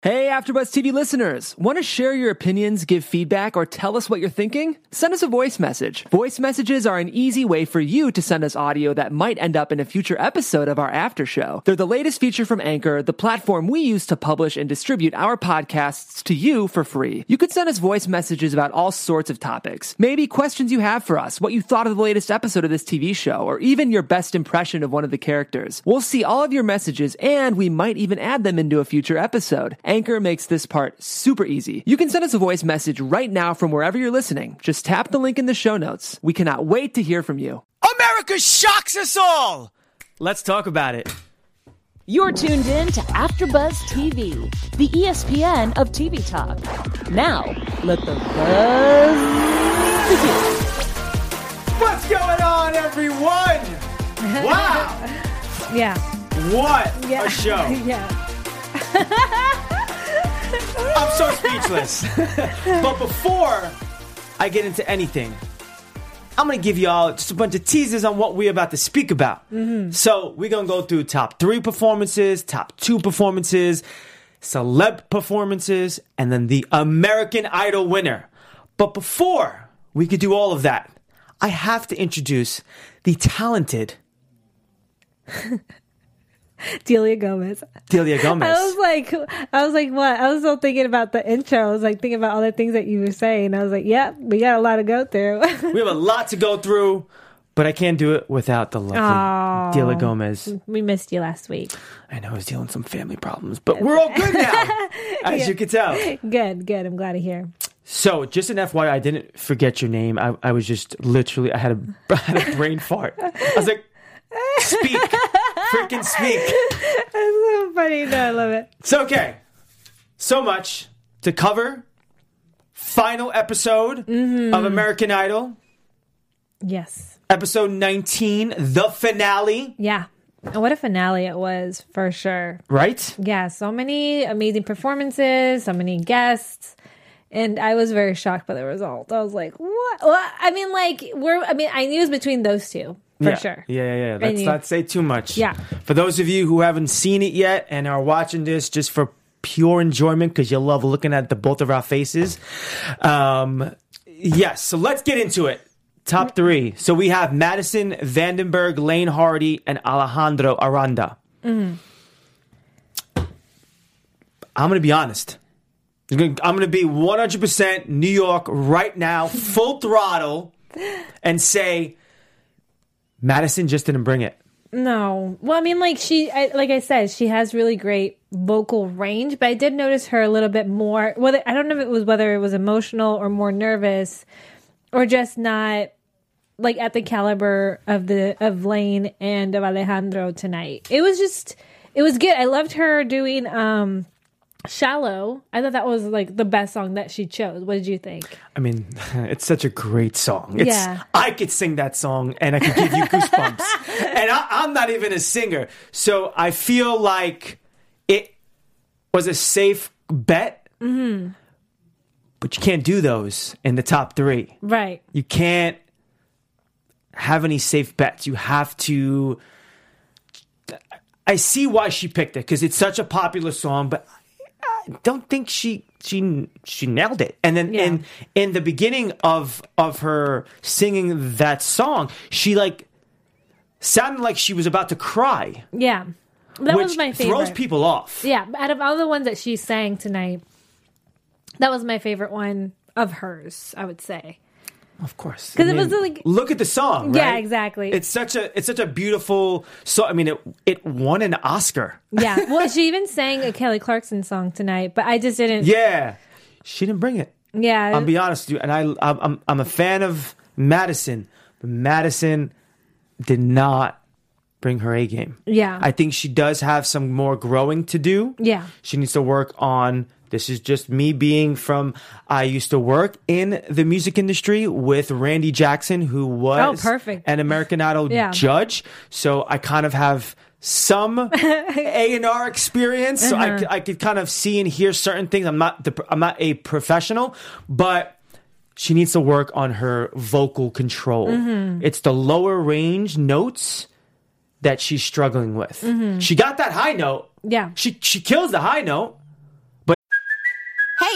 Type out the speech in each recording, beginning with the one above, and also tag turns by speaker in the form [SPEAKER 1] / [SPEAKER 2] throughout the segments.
[SPEAKER 1] Hey, AfterBuzz TV listeners! Want to share your opinions, give feedback, or tell us what you're thinking? Send us a voice message. Voice messages are an easy way for you to send us audio that might end up in a future episode of our after show. They're the latest feature from Anchor, the platform we use to publish and distribute our podcasts to you for free. You could send us voice messages about all sorts of topics. Maybe questions you have for us, what you thought of the latest episode of this TV show, or even your best impression of one of the characters. We'll see all of your messages and we might even add them into a future episode. Anchor makes this part super easy. You can send us a voice message right now from wherever you're listening. Just tap the link in the show notes. We cannot wait to hear from you.
[SPEAKER 2] America shocks us all. Let's talk about it.
[SPEAKER 3] You're tuned in to AfterBuzz TV, the E ESPN of TV talk. Now, let the buzz begin.
[SPEAKER 2] What's going on, everyone? Wow,
[SPEAKER 4] Yeah.
[SPEAKER 2] what
[SPEAKER 4] Yeah.
[SPEAKER 2] a show!
[SPEAKER 4] yeah.
[SPEAKER 2] I'm so speechless. but before I get into anything, I'm gonna give y'all just a bunch of teasers on what we're about to speak about.
[SPEAKER 4] Mm-hmm.
[SPEAKER 2] So we're gonna go through top three performances, top two performances, celeb performances, and then the American Idol winner. But before we could do all of that, I have to introduce the talented
[SPEAKER 4] Delia Gomez.
[SPEAKER 2] Delia Gomez.
[SPEAKER 4] I was like, I was like, what? I was still thinking about the intro. I was like, thinking about all the things that you were saying. I was like, yep, we got a lot to go through.
[SPEAKER 2] We have a lot to go through, but I can't do it without the lovely Dila Gomez.
[SPEAKER 4] we missed you last week.
[SPEAKER 2] I know I was dealing with some family problems, but we're all good now, as you can tell.
[SPEAKER 4] Good, good. I'm glad to hear.
[SPEAKER 2] So, just an FYI, I didn't forget your name. I, I was just literally, I had a, I had a brain fart. I was like, speak, freaking speak.
[SPEAKER 4] So funny. No, I love it.
[SPEAKER 2] It's okay. So much to cover. Final episode
[SPEAKER 4] Mm-hmm.
[SPEAKER 2] of American Idol,
[SPEAKER 4] Yes.
[SPEAKER 2] episode 19, the finale,
[SPEAKER 4] Yeah. And what a finale it was for sure.
[SPEAKER 2] right?
[SPEAKER 4] Yeah. So many amazing performances, so many guests. And I was very shocked by the result. I was like, what? Well, I mean, like, we're, I mean, I knew it was between those two for
[SPEAKER 2] yeah.
[SPEAKER 4] sure.
[SPEAKER 2] Yeah, yeah, yeah. Let's
[SPEAKER 4] you-
[SPEAKER 2] not say too much.
[SPEAKER 4] Yeah.
[SPEAKER 2] For those of you who haven't seen it yet and are watching this just for pure enjoyment because you love looking at the both of our faces. Um, yes. So let's get into it. Top three. So we have Madison Vandenberg, Lane Hardy, and Alejandro Aranda. Mm-hmm. I'm going to be honest. I'm going to be 100% New York right now, full throttle, and say Madison just didn't bring it.
[SPEAKER 4] No. Well, I mean, like she, I, like I said, she has really great vocal range, but I did notice her a little bit more. Whether I don't know if it was whether it was emotional or more nervous, or just not like at the caliber of the of Lane and of Alejandro tonight. It was just, it was good. I loved her doing um "Shallow." I thought that was like the best song that she chose. What did you think?
[SPEAKER 2] I mean, it's such a great song. It's,
[SPEAKER 4] Yeah.
[SPEAKER 2] I could sing that song and I could give you goosebumps. and I, I'm not even a singer. So I feel like it was a safe bet. But you can't do those in the top three.
[SPEAKER 4] Right.
[SPEAKER 2] You can't have any safe bets. You have to. I see why she picked it because it's such a popular song, but I don't think she she she nailed it. And then
[SPEAKER 4] Yeah.
[SPEAKER 2] in in the beginning of of her singing that song, she like sounded like she was about to cry,
[SPEAKER 4] Yeah. That
[SPEAKER 2] which
[SPEAKER 4] was my favorite.
[SPEAKER 2] throws people off.
[SPEAKER 4] Yeah, out of all the ones that she sang tonight, that was my favorite one of hers, I would say.
[SPEAKER 2] Of course,
[SPEAKER 4] 'Cause it was like-
[SPEAKER 2] look at the song.
[SPEAKER 4] Yeah,
[SPEAKER 2] right?
[SPEAKER 4] exactly.
[SPEAKER 2] It's such a it's such a beautiful song. I mean, it it won an Oscar.
[SPEAKER 4] Yeah. Well, she even sang a Kelly Clarkson song tonight, but I just didn't.
[SPEAKER 2] Yeah, she didn't bring it.
[SPEAKER 4] Yeah.
[SPEAKER 2] I'll be honest with you, and I I'm- I'm I'm a fan of Madison, but Madison did not bring her A game.
[SPEAKER 4] Yeah.
[SPEAKER 2] I think she does have some more growing to do.
[SPEAKER 4] Yeah.
[SPEAKER 2] she needs to work on. This is just me being from. I used to work in the music industry with Randy Jackson, who was
[SPEAKER 4] Oh, perfect.
[SPEAKER 2] an American Idol
[SPEAKER 4] Yeah.
[SPEAKER 2] judge. So I kind of have some A and R experience. So
[SPEAKER 4] Uh-huh.
[SPEAKER 2] I, c- I could kind of see and hear certain things. I'm not the, I'm not a professional, but she needs to work on her vocal control.
[SPEAKER 4] Mm-hmm.
[SPEAKER 2] It's the lower range notes that she's struggling with. She got that high note.
[SPEAKER 4] Mm-hmm. Yeah.
[SPEAKER 2] She she kills the high note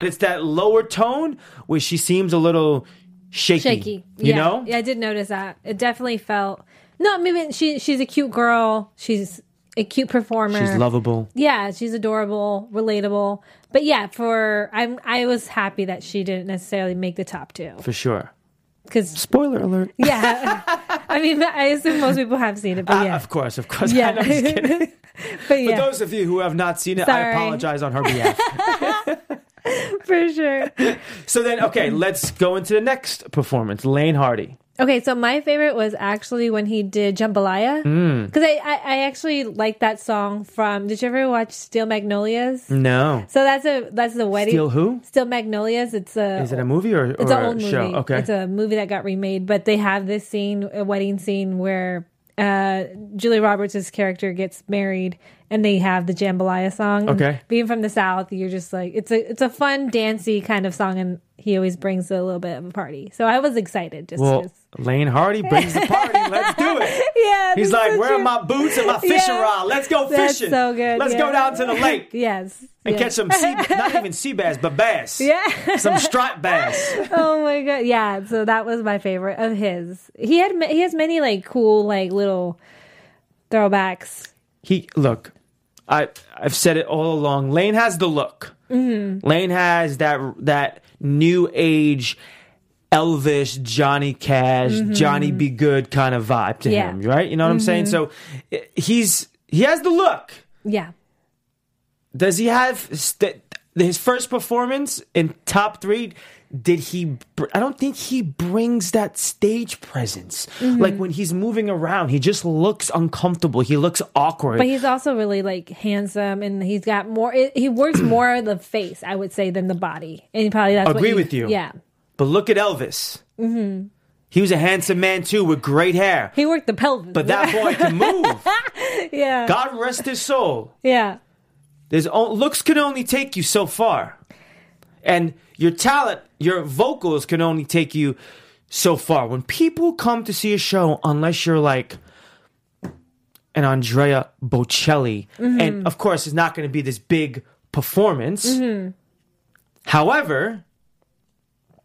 [SPEAKER 2] But it's that lower tone where she seems a little shaky.
[SPEAKER 4] shaky.
[SPEAKER 2] You
[SPEAKER 4] yeah.
[SPEAKER 2] know?
[SPEAKER 4] yeah, I did notice that. It definitely felt. No, I mean she she's a cute girl. She's a cute performer.
[SPEAKER 2] She's lovable.
[SPEAKER 4] Yeah, she's adorable, relatable. But yeah, for I'm I was happy that she didn't necessarily make the top two
[SPEAKER 2] For sure.
[SPEAKER 4] because
[SPEAKER 2] Spoiler alert.
[SPEAKER 4] yeah, I mean I assume most people have seen it, but
[SPEAKER 2] Ah,
[SPEAKER 4] yeah,
[SPEAKER 2] of course, of course.
[SPEAKER 4] yeah.
[SPEAKER 2] I know, I'm just kidding.
[SPEAKER 4] but
[SPEAKER 2] For
[SPEAKER 4] yeah,
[SPEAKER 2] those of you who have not seen it,
[SPEAKER 4] Sorry.
[SPEAKER 2] I apologize on her behalf.
[SPEAKER 4] for sure.
[SPEAKER 2] so then, okay, let's go into the next performance. Lane Hardy.
[SPEAKER 4] Okay, so my favorite was actually when he did Jambalaya
[SPEAKER 2] Mm.
[SPEAKER 4] because I, I I actually like that song from. Did you ever watch Steel Magnolias?
[SPEAKER 2] No.
[SPEAKER 4] So that's a that's the wedding.
[SPEAKER 2] Steel who?
[SPEAKER 4] Steel Magnolias. It's a.
[SPEAKER 2] Is it a movie or, or
[SPEAKER 4] It's an old
[SPEAKER 2] a
[SPEAKER 4] movie.
[SPEAKER 2] show? Okay.
[SPEAKER 4] It's a movie that got remade, but they have this scene, a wedding scene where uh, Julie Roberts' character gets married, and they have the jambalaya song. And
[SPEAKER 2] Okay.
[SPEAKER 4] being from the South, you're just like it's a it's a fun, dancey kind of song, and he always brings a little bit of a party. So I was excited. Just,
[SPEAKER 2] well,
[SPEAKER 4] just
[SPEAKER 2] Lane Hardy brings the party. let's do it.
[SPEAKER 4] yeah,
[SPEAKER 2] He's
[SPEAKER 4] that's
[SPEAKER 2] like,
[SPEAKER 4] so
[SPEAKER 2] where are
[SPEAKER 4] true.
[SPEAKER 2] my boots and my fishing
[SPEAKER 4] Yeah.
[SPEAKER 2] rod? Let's go fishing.
[SPEAKER 4] That's so good.
[SPEAKER 2] Let's
[SPEAKER 4] yeah.
[SPEAKER 2] go down to the lake.
[SPEAKER 4] Yes.
[SPEAKER 2] and
[SPEAKER 4] yes.
[SPEAKER 2] catch some sea, not even sea bass, but bass. Yeah, some striped bass.
[SPEAKER 4] oh my god yeah so that was my favorite of his he had ma- he has many like cool like little throwbacks
[SPEAKER 2] He look, I I've said it all along. Lane has the look. Lane has that that new age. Elvis, Johnny Cash, Johnny Be Good kind of vibe to
[SPEAKER 4] Yeah.
[SPEAKER 2] him, right? You know what I'm saying? So i- he's he has the look.
[SPEAKER 4] yeah
[SPEAKER 2] Does he have st- his first performance in top three? Did he? Br- I don't think he brings that stage presence. Like when he's moving around, he just looks uncomfortable. He looks awkward.
[SPEAKER 4] but he's also really like handsome and he's got more it, he works more of the face i would say than the body and probably that's what
[SPEAKER 2] Agree
[SPEAKER 4] he-
[SPEAKER 2] with you.
[SPEAKER 4] yeah
[SPEAKER 2] But look at Elvis. Mm-hmm. He was a handsome man too, with great hair.
[SPEAKER 4] he worked the pelvis
[SPEAKER 2] But that boy can move.
[SPEAKER 4] yeah
[SPEAKER 2] God rest his soul.
[SPEAKER 4] yeah
[SPEAKER 2] There's o- looks can only take you so far, and your talent, your vocals can only take you so far. When people come to see a show, unless you're like an Andrea Bocelli,
[SPEAKER 4] Mm-hmm.
[SPEAKER 2] and of course, it's not going to be this big performance.
[SPEAKER 4] Mm-hmm.
[SPEAKER 2] However.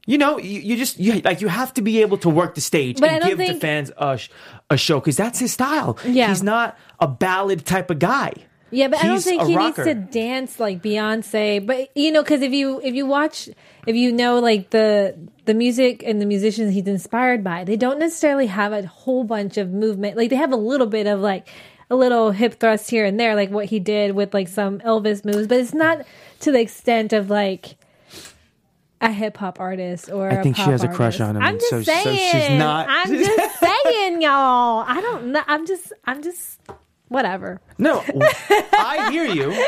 [SPEAKER 2] You know, you, you just you, like you have to be able to work the stage
[SPEAKER 4] But I
[SPEAKER 2] and
[SPEAKER 4] don't
[SPEAKER 2] give the
[SPEAKER 4] think-
[SPEAKER 2] fans a, sh- a show because that's his style.
[SPEAKER 4] Yeah.
[SPEAKER 2] he's not a ballad type of guy.
[SPEAKER 4] Yeah, but I don't
[SPEAKER 2] He's
[SPEAKER 4] think
[SPEAKER 2] a
[SPEAKER 4] he
[SPEAKER 2] rocker.
[SPEAKER 4] needs to dance like Beyonce. But you know, because if you if you watch, if you know like the the music and the musicians he's inspired by, they don't necessarily have a whole bunch of movement. Like they have a little bit of like a little hip thrust here and there, like what he did with like some Elvis moves. But it's not to the extent of like a hip hop artist or.
[SPEAKER 2] I
[SPEAKER 4] a
[SPEAKER 2] think she
[SPEAKER 4] pop
[SPEAKER 2] has a crush
[SPEAKER 4] artist.
[SPEAKER 2] on him,
[SPEAKER 4] I'm
[SPEAKER 2] and
[SPEAKER 4] just
[SPEAKER 2] so- so
[SPEAKER 4] saying.
[SPEAKER 2] she's not-
[SPEAKER 4] I'm just saying, y'all. I don't know. I'm just. I'm just. Whatever.
[SPEAKER 2] No, I hear you.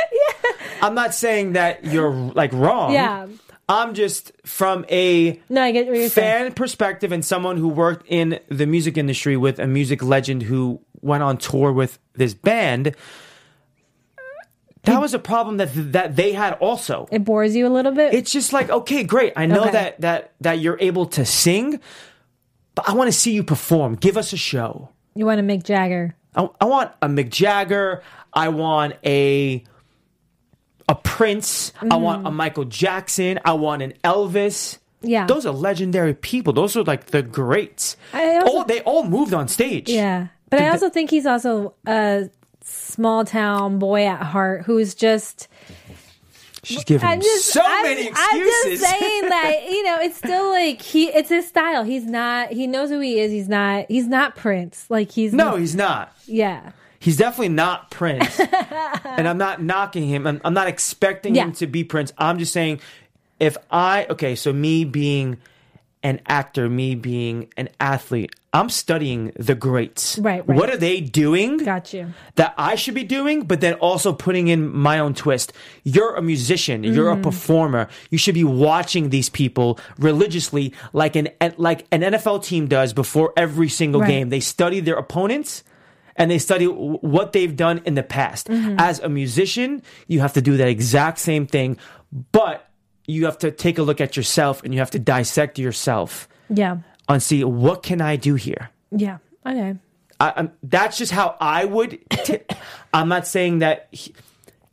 [SPEAKER 2] I'm not saying that you're like wrong.
[SPEAKER 4] Yeah.
[SPEAKER 2] I'm just from a
[SPEAKER 4] No, I get what you're saying.
[SPEAKER 2] fan perspective and someone who worked in the music industry with a music legend who went on tour with this band. That was a problem that that they had also.
[SPEAKER 4] It bores you a little bit.
[SPEAKER 2] It's just like, okay, great. I know
[SPEAKER 4] Okay.
[SPEAKER 2] that that that you're able to sing, but I want to see you perform. Give us a show.
[SPEAKER 4] you want to make Jagger.
[SPEAKER 2] I, I want a Mick Jagger. I want a a Prince. I want a Michael Jackson. I want an Elvis.
[SPEAKER 4] Mm-hmm. Yeah.
[SPEAKER 2] Those are legendary people. Those are like the greats.
[SPEAKER 4] I also-
[SPEAKER 2] all, they all moved on stage.
[SPEAKER 4] Yeah. But I also think he's also a small town boy at heart who's just
[SPEAKER 2] She's giving
[SPEAKER 4] I'm
[SPEAKER 2] him
[SPEAKER 4] just
[SPEAKER 2] so
[SPEAKER 4] I'm,
[SPEAKER 2] many
[SPEAKER 4] I'm
[SPEAKER 2] excuses.
[SPEAKER 4] just saying that you know it's still like he it's his style. He's not he knows who he is. He's not he's not Prince. Like he's
[SPEAKER 2] no, he's not.
[SPEAKER 4] yeah.
[SPEAKER 2] He's definitely not Prince. and I'm not knocking him. I'm, I'm not expecting
[SPEAKER 4] Yeah.
[SPEAKER 2] him to be Prince. I'm just saying, if I, okay, so me being an actor, me being an athlete. I'm studying the greats.
[SPEAKER 4] Right, right.
[SPEAKER 2] What are they doing?
[SPEAKER 4] Got you.
[SPEAKER 2] that I should be doing, but then also putting in my own twist. You're a musician, you're a performer. You should be watching these people religiously, like an like an NFL team does before every single
[SPEAKER 4] Right.
[SPEAKER 2] game. They study their opponents. And they study w- what they've done in the past. As a musician, you have to do that exact same thing, but you have to take a look at yourself and you have to dissect yourself
[SPEAKER 4] Yeah.
[SPEAKER 2] and see what can I do here.
[SPEAKER 4] Yeah. Okay.
[SPEAKER 2] I, I'm, that's just how I would. T- I'm not saying that he,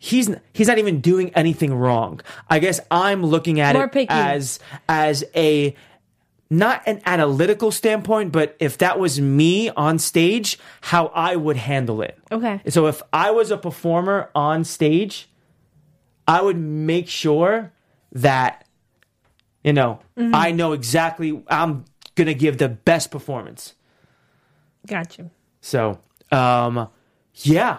[SPEAKER 2] he's n- he's not even doing anything wrong. I guess I'm looking at
[SPEAKER 4] More
[SPEAKER 2] it
[SPEAKER 4] picky.
[SPEAKER 2] as as a not an analytical standpoint, but if that was me on stage, how I would handle it.
[SPEAKER 4] Okay.
[SPEAKER 2] So if I was a performer on stage, I would make sure that you know
[SPEAKER 4] Mm-hmm.
[SPEAKER 2] I know exactly I'm gonna give the best performance.
[SPEAKER 4] Got you.
[SPEAKER 2] So, um, yeah.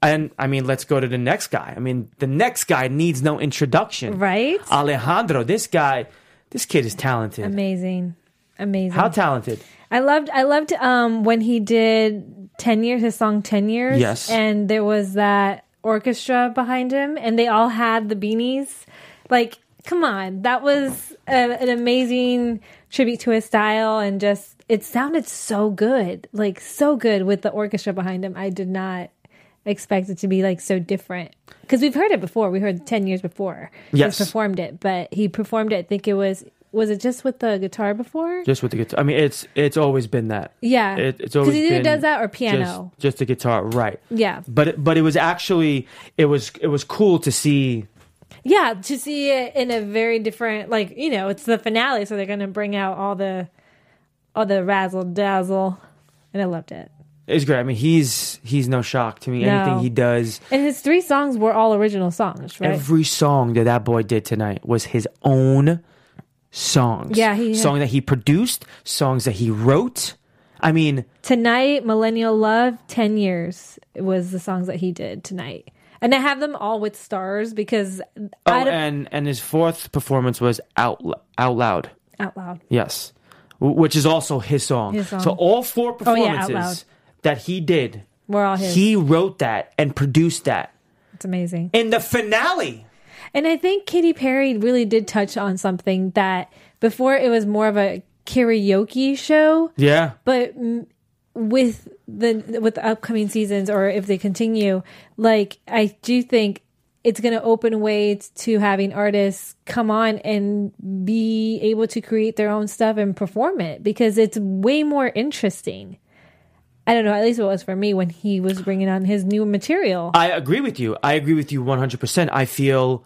[SPEAKER 2] And I mean, let's go to the next guy. I mean, the next guy needs no introduction.
[SPEAKER 4] Right?
[SPEAKER 2] Uh, Alejandro, this guy, this kid is talented.
[SPEAKER 4] Amazing. Amazing.
[SPEAKER 2] How talented?
[SPEAKER 4] I loved I loved um when he did 10 years his song 10 years
[SPEAKER 2] Yes.
[SPEAKER 4] and there was that orchestra behind him and they all had the beanies like come on that was a, an amazing tribute to his style and just it sounded so good like so good with the orchestra behind him I did not expect it to be like so different because we've heard it before we heard 10 years before
[SPEAKER 2] Yes.
[SPEAKER 4] he's performed it but he performed it I think it was was it just with the guitar before
[SPEAKER 2] Just with the guitar. I mean, it's it's always been that.
[SPEAKER 4] Yeah.
[SPEAKER 2] It, it's
[SPEAKER 4] 'Cause
[SPEAKER 2] always
[SPEAKER 4] he either
[SPEAKER 2] been
[SPEAKER 4] does that or
[SPEAKER 2] just-
[SPEAKER 4] piano.
[SPEAKER 2] Just, the guitar, right?
[SPEAKER 4] Yeah.
[SPEAKER 2] But it- but it was actually it was it was cool to see.
[SPEAKER 4] Yeah, to see it in a very different, like you know, it's the finale, so they're gonna bring out all the, all the razzle dazzle, and I loved it.
[SPEAKER 2] It's great. I mean, he's he's no shock to me. Anything
[SPEAKER 4] No.
[SPEAKER 2] he does,
[SPEAKER 4] And his three songs were all original songs, right?
[SPEAKER 2] Every song that that boy did tonight was his own songs.
[SPEAKER 4] Yeah, he-
[SPEAKER 2] song that he produced, songs that he wrote. I mean,
[SPEAKER 4] tonight, Millennial Love, Ten Years was the songs that he did tonight, and I have them all with stars because
[SPEAKER 2] oh,
[SPEAKER 4] I don't,
[SPEAKER 2] and and his fourth performance was out L- out loud.
[SPEAKER 4] out loud.
[SPEAKER 2] Yes, W- which is also his song.
[SPEAKER 4] His song.
[SPEAKER 2] So all four
[SPEAKER 4] Oh, yeah, Out
[SPEAKER 2] performances
[SPEAKER 4] Loud.
[SPEAKER 2] that he did,
[SPEAKER 4] Were all his.
[SPEAKER 2] he wrote that and produced that
[SPEAKER 4] It's amazing.
[SPEAKER 2] in the finale.
[SPEAKER 4] And I think Katy Perry really did touch on something that before it was more of a karaoke show.
[SPEAKER 2] Yeah,
[SPEAKER 4] but mm, with the with the upcoming seasons or if they continue like i do think it's going to open ways to having artists come on and be able to create their own stuff and perform it because it's way more interesting i don't know at least it was for me when he was bringing on his new material
[SPEAKER 2] I agree with you. I agree with you 100%. I feel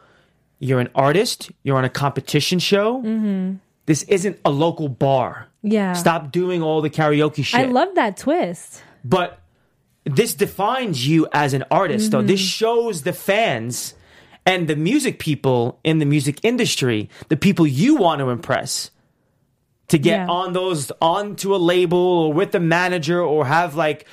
[SPEAKER 2] you're an artist, you're on a competition show. Mm-hmm. This isn't a local bar.
[SPEAKER 4] yeah
[SPEAKER 2] Stop doing all the karaoke shit.
[SPEAKER 4] i love that twist
[SPEAKER 2] but this defines you as an artist, though. This
[SPEAKER 4] Mm-hmm.
[SPEAKER 2] shows the fans and the music people in the music industry, the people you want to impress to get
[SPEAKER 4] Yeah.
[SPEAKER 2] on those onto a label or with a manager or have like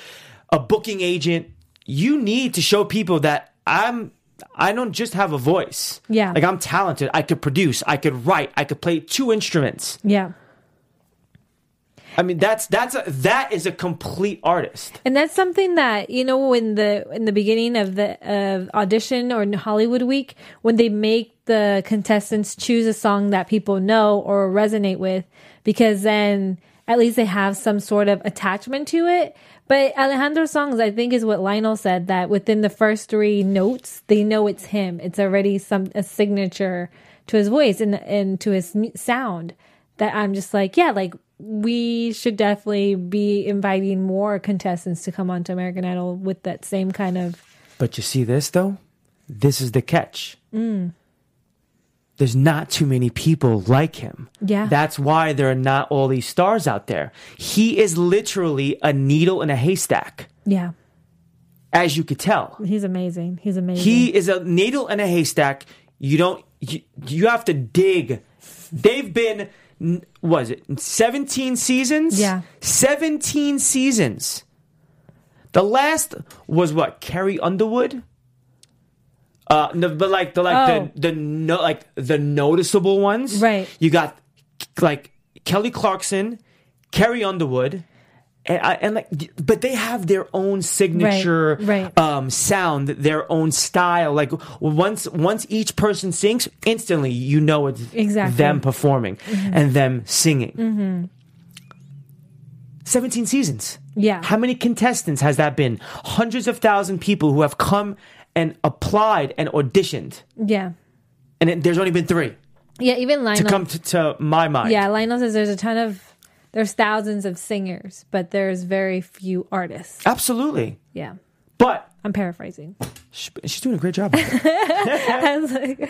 [SPEAKER 2] a booking agent you need to show people that i'm i don't just have a voice
[SPEAKER 4] Yeah.
[SPEAKER 2] like i'm talented i could produce i could write i could play two instruments
[SPEAKER 4] yeah
[SPEAKER 2] i mean that's that's a, that is a complete artist
[SPEAKER 4] And that's something that you know in the in the beginning of the of audition or in Hollywood Week when they make the contestants choose a song that people know or resonate with because then at least they have some sort of attachment to it. But Alejandro's songs, I think, is what Lionel said that within the first three notes they know it's him. It's already some a signature to his voice and and to his mu- sound that I'm just like, yeah, like we should definitely be inviting more contestants to come onto American Idol with that same kind of
[SPEAKER 2] but you see this though this is the catch there's not too many people like him
[SPEAKER 4] Yeah.
[SPEAKER 2] that's why there are not all these stars out there he is literally a needle in a haystack
[SPEAKER 4] yeah.
[SPEAKER 2] as you could tell
[SPEAKER 4] He's amazing. He's amazing.
[SPEAKER 2] He is a needle in a haystack. You don't. You, you have to dig. They've been. n- Was it seventeen seasons?
[SPEAKER 4] Yeah.
[SPEAKER 2] seventeen seasons. The last was what Carrie Underwood. Uh, no, but like the like
[SPEAKER 4] Oh.
[SPEAKER 2] the the no like the noticeable ones.
[SPEAKER 4] Right.
[SPEAKER 2] You got like Kelly Clarkson, Carrie Underwood, and, I, and like, but they have their own signature
[SPEAKER 4] right.
[SPEAKER 2] Um, sound, their own style. Like once once each person sings, instantly you know it's
[SPEAKER 4] Exactly. Mm-hmm.
[SPEAKER 2] them performing and them singing. 17 seasons.
[SPEAKER 4] Yeah.
[SPEAKER 2] How many contestants has that been? Hundreds of thousand people who have come and applied and auditioned.
[SPEAKER 4] Yeah.
[SPEAKER 2] And it, there's only been three
[SPEAKER 4] Yeah, even Lionel.
[SPEAKER 2] to come to, to my mind.
[SPEAKER 4] yeah, Lionel says there's a ton of there's thousands of singers, but there's very few artists.
[SPEAKER 2] Absolutely.
[SPEAKER 4] Yeah.
[SPEAKER 2] But
[SPEAKER 4] I'm paraphrasing.
[SPEAKER 2] sh- she's doing a great job. with it.
[SPEAKER 4] I was like,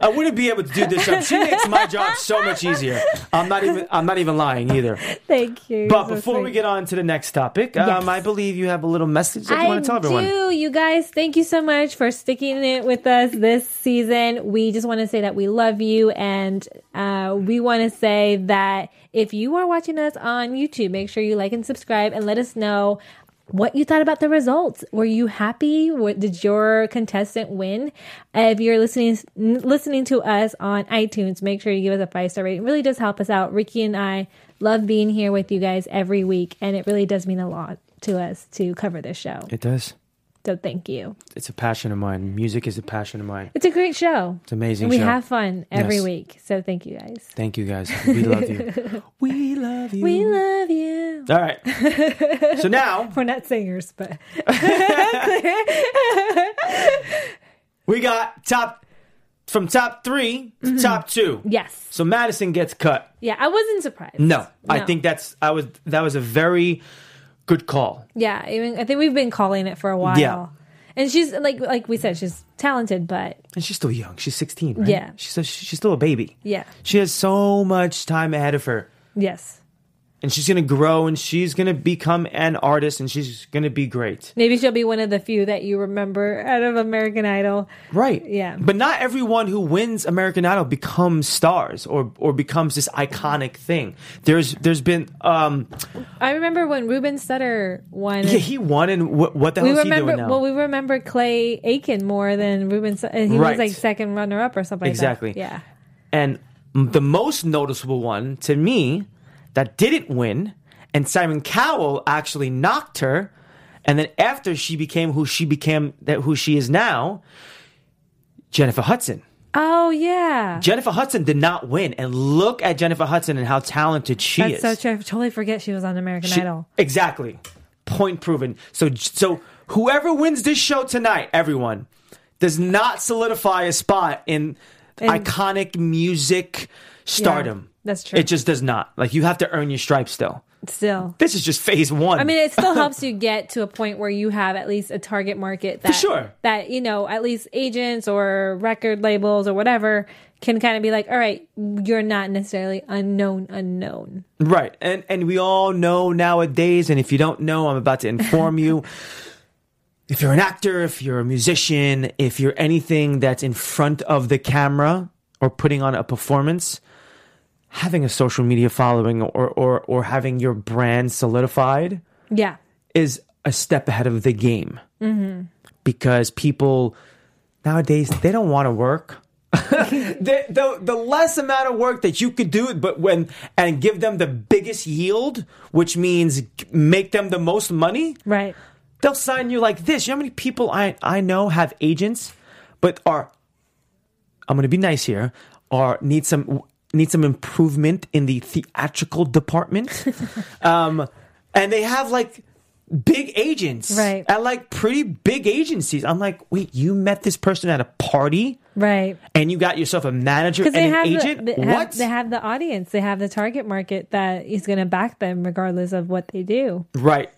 [SPEAKER 2] I wouldn't be able to do this job. She makes my job so much easier. I'm not even. I'm not even lying either.
[SPEAKER 4] Thank you.
[SPEAKER 2] But
[SPEAKER 4] So
[SPEAKER 2] before we
[SPEAKER 4] sweet.
[SPEAKER 2] get on to the next topic,
[SPEAKER 4] Yes.
[SPEAKER 2] um, I believe you have a little message that you
[SPEAKER 4] I
[SPEAKER 2] want to tell everyone.
[SPEAKER 4] do. You guys, thank you so much for sticking it with us this season. We just want to say that we love you, and uh, we want to say that if you are watching us on YouTube, make sure you like and subscribe, and let us know what you thought about the results. Were you happy? What, did your contestant win? Uh, if you're listening n- listening to us on iTunes, make sure you give us a five star rating. It really does help us out. Ricky and I love being here with you guys every week, and it really does mean a lot to us to cover this show.
[SPEAKER 2] It does.
[SPEAKER 4] So thank you.
[SPEAKER 2] It's a passion of mine. Music is a passion of mine.
[SPEAKER 4] It's a great show. It's
[SPEAKER 2] amazing
[SPEAKER 4] And we
[SPEAKER 2] show.
[SPEAKER 4] have fun every
[SPEAKER 2] Yes.
[SPEAKER 4] week. So thank you guys.
[SPEAKER 2] Thank you guys. We love you. we love you.
[SPEAKER 4] We love you.
[SPEAKER 2] All right. So now
[SPEAKER 4] We're not singers, but
[SPEAKER 2] we got top from top 3 to top two.
[SPEAKER 4] Mm-hmm. yes.
[SPEAKER 2] So Madison gets cut.
[SPEAKER 4] Yeah, I wasn't surprised.
[SPEAKER 2] No, I think that's I was that was a very good call.
[SPEAKER 4] Yeah, even I think we've been calling it for a while.
[SPEAKER 2] Yeah.
[SPEAKER 4] And she's like like we said, she's talented, but
[SPEAKER 2] And she's still young. She's 16, right?
[SPEAKER 4] Yeah.
[SPEAKER 2] She's a, she's still a baby.
[SPEAKER 4] Yeah.
[SPEAKER 2] She has so much time ahead of her.
[SPEAKER 4] yes.
[SPEAKER 2] And she's going to grow and she's going to become an artist and she's going to be great.
[SPEAKER 4] Maybe she'll be one of the few that you remember out of American Idol.
[SPEAKER 2] Right.
[SPEAKER 4] Yeah.
[SPEAKER 2] But not everyone who wins American Idol becomes stars or or becomes this iconic thing. There's there's been um
[SPEAKER 4] I remember when Ruben Sutter won.
[SPEAKER 2] yeah, he won and what, what the hell
[SPEAKER 4] we
[SPEAKER 2] is
[SPEAKER 4] remember
[SPEAKER 2] he doing now?
[SPEAKER 4] well, we remember Clay Aiken more than Ruben. Sutter. He
[SPEAKER 2] Right.
[SPEAKER 4] was like second runner up or something.
[SPEAKER 2] Exactly.
[SPEAKER 4] Like that. Yeah.
[SPEAKER 2] and the most noticeable one to me that didn't win and Simon Cowell actually knocked her and then after she became who she became that who she is now Jennifer Hudson.
[SPEAKER 4] Oh yeah.
[SPEAKER 2] Jennifer Hudson did not win and look at Jennifer Hudson and how talented she
[SPEAKER 4] That's
[SPEAKER 2] is.
[SPEAKER 4] so true. I totally forget she was on American
[SPEAKER 2] She-
[SPEAKER 4] Idol.
[SPEAKER 2] Exactly. Point proven. So so whoever wins this show tonight, everyone, does not solidify a spot in iconic music stardom.
[SPEAKER 4] that's true.
[SPEAKER 2] It just does not. Like you have to earn your stripes still.
[SPEAKER 4] Still.
[SPEAKER 2] This is just phase one.
[SPEAKER 4] I mean, it still helps you get to a point where you have at least a target market that
[SPEAKER 2] sure.
[SPEAKER 4] that you know at least agents or record labels or whatever can kind of be like, all right, you're not necessarily unknown, unknown.
[SPEAKER 2] Right. And and we all know nowadays, and if you don't know, I'm about to inform you. If you're an actor, if you're a musician, if you're anything that's in front of the camera or putting on a performance, having a social media following or or, or having your brand solidified
[SPEAKER 4] Yeah,
[SPEAKER 2] is a step ahead of the game. Because people nowadays they don't want to work. the, the the less amount of work that you could do, but when and give them the biggest yield, which means make them the most money,
[SPEAKER 4] right.
[SPEAKER 2] they'll sign you like this. You know how many people I I know have agents, but are I'm gonna be nice here, are need some need some improvement in the theatrical department, um, and they have like big agents
[SPEAKER 4] Right.
[SPEAKER 2] at like pretty big agencies. I'm like, wait, you met this person at a party.
[SPEAKER 4] Right,
[SPEAKER 2] And you got yourself a manager and
[SPEAKER 4] because they
[SPEAKER 2] an
[SPEAKER 4] have
[SPEAKER 2] agent.
[SPEAKER 4] The, they have-
[SPEAKER 2] what?
[SPEAKER 4] they have the audience, they have the target market that is going to back them regardless of what they do.
[SPEAKER 2] right,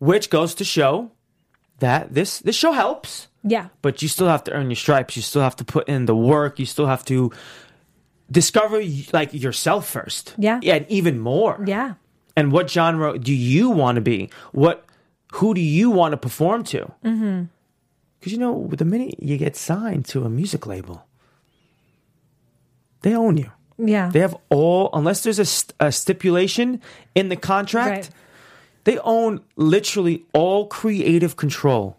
[SPEAKER 2] which goes to show that this this show helps.
[SPEAKER 4] Yeah,
[SPEAKER 2] but you still have to earn your stripes. You still have to put in the work. You still have to discover y- like yourself first.
[SPEAKER 4] Yeah.
[SPEAKER 2] and even more.
[SPEAKER 4] yeah,
[SPEAKER 2] And what genre do you want to be? What who do you want to perform to? Mm-hmm. Because you know, the minute you get signed to a music label, they own you.
[SPEAKER 4] yeah.
[SPEAKER 2] They have all, unless there's a, st- a stipulation in the contract,
[SPEAKER 4] Right.
[SPEAKER 2] they own literally all creative control.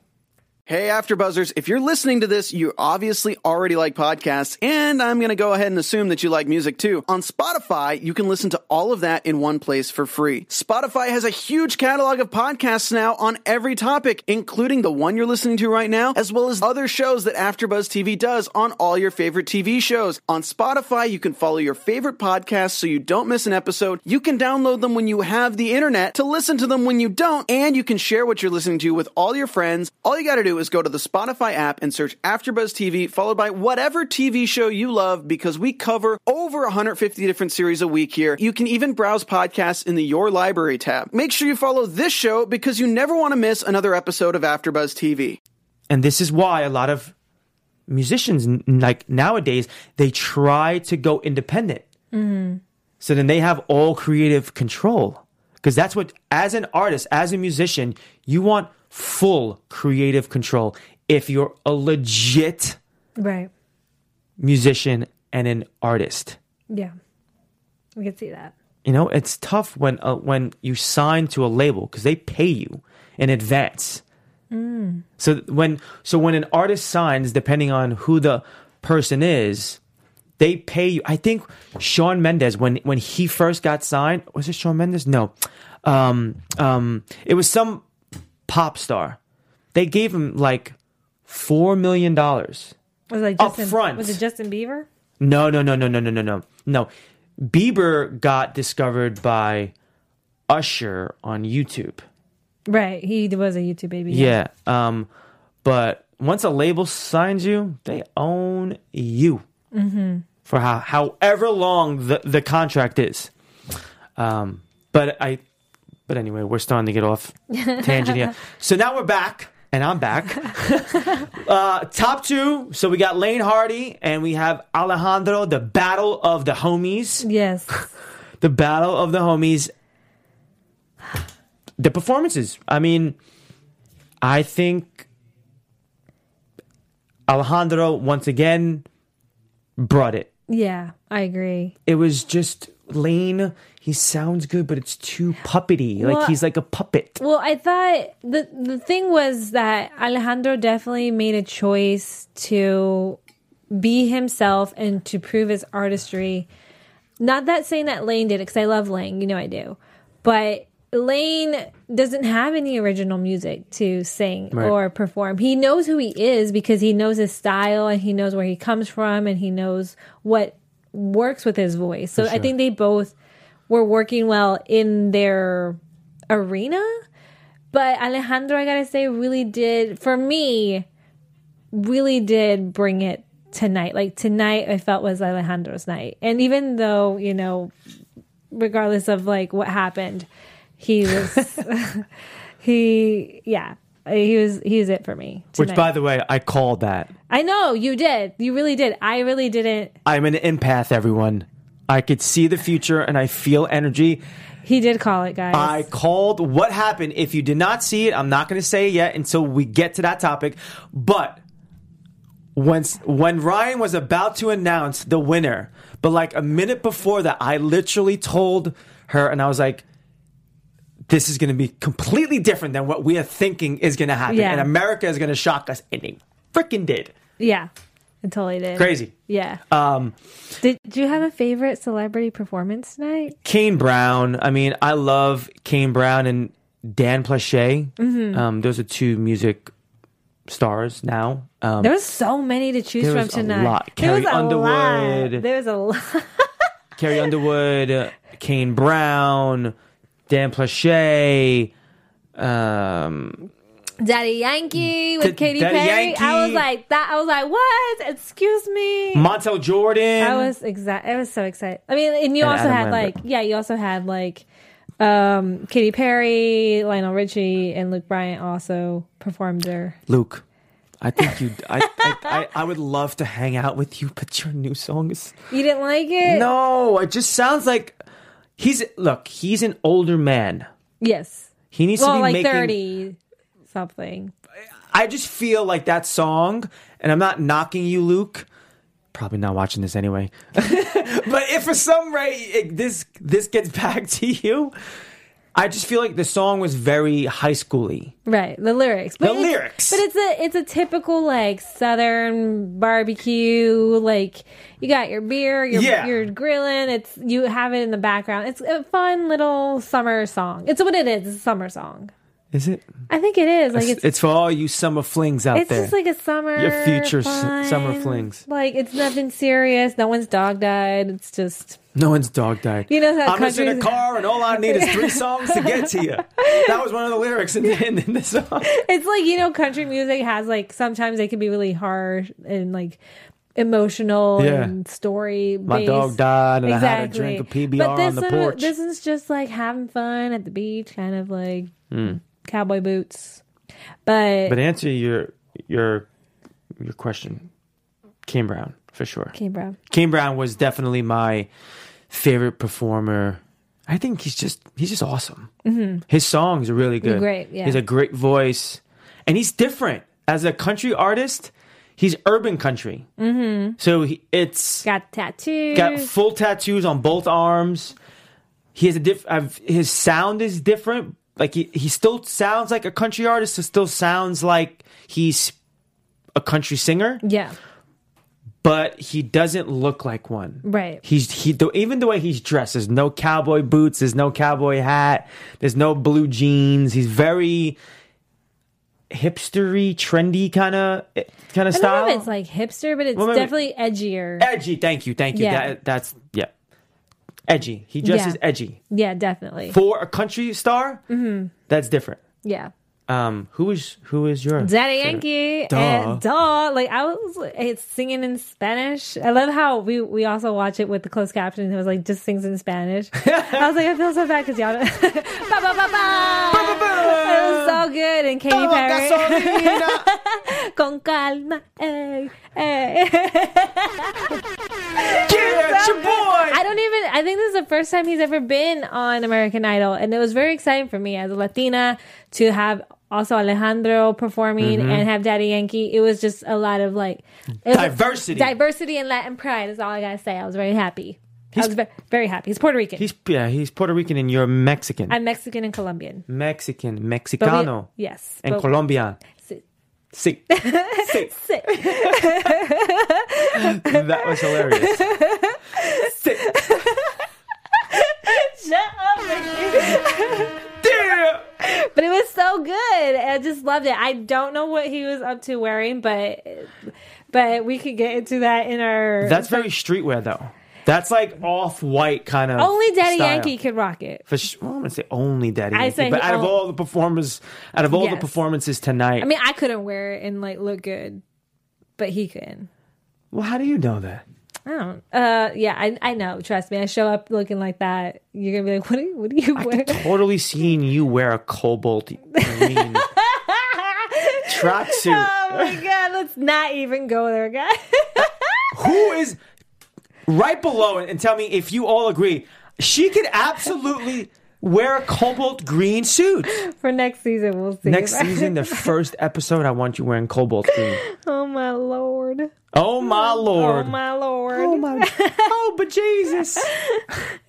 [SPEAKER 5] Hey, AfterBuzzers! If you're listening to this, you obviously already like podcasts, and I'm going to go ahead and assume that you like music too. On Spotify, you can listen to all of that in one place for free. Spotify has a huge catalog of podcasts now on every topic, including the one you're listening to right now, as well as other shows that AfterBuzz TV does on all your favorite TV shows. On Spotify, you can follow your favorite podcasts so you don't miss an episode. You can download them when you have the internet to listen to them when you don't, and you can share what you're listening to with all your friends. All you got to do is go to the Spotify app and search AfterBuzz TV, followed by whatever TV show you love, because we cover over 150 different series a week here. You can even browse podcasts in the Your Library tab. Make sure you follow this show because you never want to miss another episode of AfterBuzz TV.
[SPEAKER 2] and this is why a lot of musicians n- like nowadays they try to go independent so then they have all creative control because that's what as an artist as a musician you want full creative control if you're a legit
[SPEAKER 4] Right.
[SPEAKER 2] musician and an artist
[SPEAKER 4] Yeah. We could see that.
[SPEAKER 2] you know it's tough when uh, when you sign to a label because they pay you in advance so th- when so when an artist signs depending on who the person is they pay you i think sean mendes when when he first got signed was it sean mendes no um um it was some pop star they gave him like four million dollars
[SPEAKER 4] Was like
[SPEAKER 2] Up
[SPEAKER 4] Justin,
[SPEAKER 2] front.
[SPEAKER 4] Was it Justin Bieber?
[SPEAKER 2] no, no, no, no, no, no, no, no. No. Bieber got discovered by Usher on YouTube.
[SPEAKER 4] Right. He was a YouTube baby.
[SPEAKER 2] Yeah. Um, but once a label signs you, they own you for how, however long the, the contract is. Um, but I, but anyway, we're starting to get off tangent here. So now we're back, and I'm back. uh, top two. So we got Lane Hardy, and we have Alejandro, the Battle of the Homies
[SPEAKER 4] Yes.
[SPEAKER 2] the battle of the homies the performances i mean i think alejandro once again brought it
[SPEAKER 4] Yeah. I agree.
[SPEAKER 2] it was just lane he sounds good but it's too puppety like
[SPEAKER 4] Well-
[SPEAKER 2] he's like a puppet
[SPEAKER 4] Well, I thought the the thing was that Alejandro definitely made a choice to be himself and to prove his artistry. Not that saying that Lane did it, because I love Lane, you know I do, but Lane doesn't have any original music to sing
[SPEAKER 2] Right.
[SPEAKER 4] or perform. He knows who he is because he knows his style and he knows where he comes from and he knows what works with his voice. So I think they both were working well in their arena. But Alejandro, I gotta say, really did for me, really did bring it tonight. Like tonight, I felt was Alejandro's night, and even though you know, regardless of like what happened, he was he yeah he was he was it for me. Tonight.
[SPEAKER 2] which by the way i call that
[SPEAKER 4] I know you did, you really did. I really didn't.
[SPEAKER 2] i'm an empath everyone i could see the future and i feel energy
[SPEAKER 4] He did call it, guys.
[SPEAKER 2] I called what happened. If you did not see it, I'm not going to say it yet until we get to that topic. But when when Ryan was about to announce the winner, but like a minute before that, I literally told her, and I was like, "This is going to be completely different than what we are thinking is going to happen,
[SPEAKER 4] Yeah.
[SPEAKER 2] and America is going to shock us." And they freaking did.
[SPEAKER 4] yeah, I totally did.
[SPEAKER 2] Crazy.
[SPEAKER 4] Yeah.
[SPEAKER 2] Um,
[SPEAKER 4] Did, do you have a favorite celebrity performance tonight?
[SPEAKER 2] Kane Brown. I mean, I love Kane Brown and Dan Plache.
[SPEAKER 4] Mm-hmm.
[SPEAKER 2] Um, those are two music stars now. Um,
[SPEAKER 4] There was so many to choose
[SPEAKER 2] There
[SPEAKER 4] from
[SPEAKER 2] was a
[SPEAKER 4] tonight.
[SPEAKER 2] lot.
[SPEAKER 4] There
[SPEAKER 2] Carrie
[SPEAKER 4] was a lot.
[SPEAKER 2] Underwood.
[SPEAKER 4] There was a lot.
[SPEAKER 2] Carrie Underwood, uh, Kane Brown, Dan Plache. Um,
[SPEAKER 4] Daddy Yankee with
[SPEAKER 2] D-
[SPEAKER 4] Katy
[SPEAKER 2] Daddy
[SPEAKER 4] Perry. I was
[SPEAKER 2] Yankee.
[SPEAKER 4] like that. I was like, what? Excuse me.
[SPEAKER 2] Montel Jordan.
[SPEAKER 4] I was exact. I was so excited. I mean, and you
[SPEAKER 2] And
[SPEAKER 4] also
[SPEAKER 2] Adam
[SPEAKER 4] had
[SPEAKER 2] Lambert.
[SPEAKER 4] like, yeah, you also had like, um, Katy Perry, Lionel Richie, and Luke Bryant also performed there.
[SPEAKER 2] Luke. I think you. I, I, I I would love to hang out with you, but your new song is
[SPEAKER 4] You didn't like it?
[SPEAKER 2] no. It just sounds like he's look. He's an older man.
[SPEAKER 4] Yes.
[SPEAKER 2] He needs to
[SPEAKER 4] Well,
[SPEAKER 2] be
[SPEAKER 4] like
[SPEAKER 2] making
[SPEAKER 4] thirty something.
[SPEAKER 2] I just feel like that song, and I'm not knocking you, Luke. Probably not watching this anyway. but if for some way it, this this gets back to you, I just feel like the song was very high schooly.
[SPEAKER 4] Right, the lyrics. But
[SPEAKER 2] The
[SPEAKER 4] it's-
[SPEAKER 2] lyrics.
[SPEAKER 4] But it's a it's a typical like southern barbecue. Like you got your beer, you're,
[SPEAKER 2] Yeah.
[SPEAKER 4] you're grilling. It's you have it in the background. It's a fun little summer song. It's what it is. It's a summer song.
[SPEAKER 2] Is it?
[SPEAKER 4] I think it is. Like
[SPEAKER 2] It's,
[SPEAKER 4] it's
[SPEAKER 2] it's for all you summer flings out
[SPEAKER 4] it's
[SPEAKER 2] there.
[SPEAKER 4] just like a summer
[SPEAKER 2] Your future s-
[SPEAKER 4] fun,
[SPEAKER 2] summer flings.
[SPEAKER 4] Like it's nothing serious. No one's dog died. It's just
[SPEAKER 2] no one's dog died.
[SPEAKER 4] You know how
[SPEAKER 2] I'm just in a
[SPEAKER 4] countries-
[SPEAKER 2] car and all I need is three songs to get to you. That was one of the lyrics in the, in, the song.
[SPEAKER 4] it's like you know country music has like sometimes they can be really harsh and like emotional
[SPEAKER 2] Yeah.
[SPEAKER 4] and story
[SPEAKER 2] My dog died and I had a drink of PBR
[SPEAKER 4] but this
[SPEAKER 2] on the
[SPEAKER 4] one-
[SPEAKER 2] porch.
[SPEAKER 4] this is just like having fun at the beach kind of like cowboy boots but,
[SPEAKER 2] Hmm. But answer your your your question. Kane Brown, for sure.
[SPEAKER 4] okay bro
[SPEAKER 2] Kane Brown was definitely my favorite performer. I think he's just he's just awesome. Mm-hmm. His songs are really good.
[SPEAKER 4] Great, yeah.
[SPEAKER 2] He's a great voice, and he's different as a country artist. He's urban country, mm-hmm. so he, it's
[SPEAKER 4] got tattoos
[SPEAKER 2] got full tattoos on both arms. He has a diff. I've, his sound is different. Like he, he still sounds like a country artist. So still sounds like he's a country singer,
[SPEAKER 4] yeah
[SPEAKER 2] but he doesn't look like one.
[SPEAKER 4] Right.
[SPEAKER 2] He's he the, even the way he's dressed. There's no cowboy boots. There's no cowboy hat. There's no blue jeans. He's very hipstery, trendy kind of kind of
[SPEAKER 4] I don't
[SPEAKER 2] style.
[SPEAKER 4] know if it's like hipster, but it's
[SPEAKER 2] Well, wait, wait.
[SPEAKER 4] definitely edgier.
[SPEAKER 2] edgy. Thank you. Thank you.
[SPEAKER 4] Yeah.
[SPEAKER 2] That, that's yeah. Edgy. He dresses
[SPEAKER 4] Yeah. Mm-hmm.
[SPEAKER 2] edgy.
[SPEAKER 4] yeah, definitely.
[SPEAKER 2] for a country star, that's different.
[SPEAKER 4] yeah.
[SPEAKER 2] Um, who is who is your
[SPEAKER 4] Daddy Yankee and duh. Like I was like, it's singing in Spanish. I love how we we also watch it with the closed caption. It was like just sings in Spanish. I was like, I feel so bad because y'all. don't- Ba, ba, ba, ba. It was so good and Katy Perry
[SPEAKER 2] Gasolina.
[SPEAKER 4] con calma. eh, eh.
[SPEAKER 2] yeah, it's your boy.
[SPEAKER 4] I don't even. I think this is the first time he's ever been on American Idol, and it was very exciting for me as a Latina to have also Alejandro performing
[SPEAKER 2] Mm-hmm.
[SPEAKER 4] and have Daddy Yankee. It was just a lot of like it was-
[SPEAKER 2] Diversity.
[SPEAKER 4] diversity, and Latin pride is all I gotta say. I was very happy. I was ve- very happy. He's Puerto Rican.
[SPEAKER 2] He's yeah, he's Puerto Rican and you're Mexican.
[SPEAKER 4] I'm Mexican and Colombian.
[SPEAKER 2] Mexican,
[SPEAKER 4] But we-
[SPEAKER 2] Mexicano,
[SPEAKER 4] yes.
[SPEAKER 2] and
[SPEAKER 4] but-
[SPEAKER 2] Colombian.
[SPEAKER 4] Si.
[SPEAKER 2] Si. Si.
[SPEAKER 4] Si.
[SPEAKER 2] That was hilarious. Si.
[SPEAKER 4] Shut up, Ricky.
[SPEAKER 2] Yeah.
[SPEAKER 4] But it was so good. I just loved it. I don't know what he was up to wearing, but but we could get into that in our
[SPEAKER 2] That's very streetwear though. That's like off-white kind of
[SPEAKER 4] Only Daddy
[SPEAKER 2] style.
[SPEAKER 4] Yankee could rock it.
[SPEAKER 2] For sure, well, I'm gonna say only Daddy
[SPEAKER 4] I
[SPEAKER 2] Yankee,
[SPEAKER 4] say
[SPEAKER 2] but
[SPEAKER 4] he
[SPEAKER 2] out of
[SPEAKER 4] own-
[SPEAKER 2] all the performers, out of all the
[SPEAKER 4] Yes.
[SPEAKER 2] performances tonight,
[SPEAKER 4] I mean, I couldn't wear it and like look good, but he could.
[SPEAKER 2] well, how do you know that?
[SPEAKER 4] I don't. Uh, yeah, I I know. Trust me, I show up looking like that. You're gonna be like, what do you what do you wear?
[SPEAKER 2] totally seeing you wear a cobalt green tracksuit.
[SPEAKER 4] Oh my god, let's not even go there, guys.
[SPEAKER 2] Who is right below it? And tell me if you all agree. She could absolutely wear a cobalt green suit.
[SPEAKER 4] For next season, we'll see.
[SPEAKER 2] Next season, the first episode, I want you wearing cobalt green.
[SPEAKER 4] Oh my lord.
[SPEAKER 2] Oh my lord!
[SPEAKER 4] Oh my lord.
[SPEAKER 2] Oh my! Oh, but Jesus!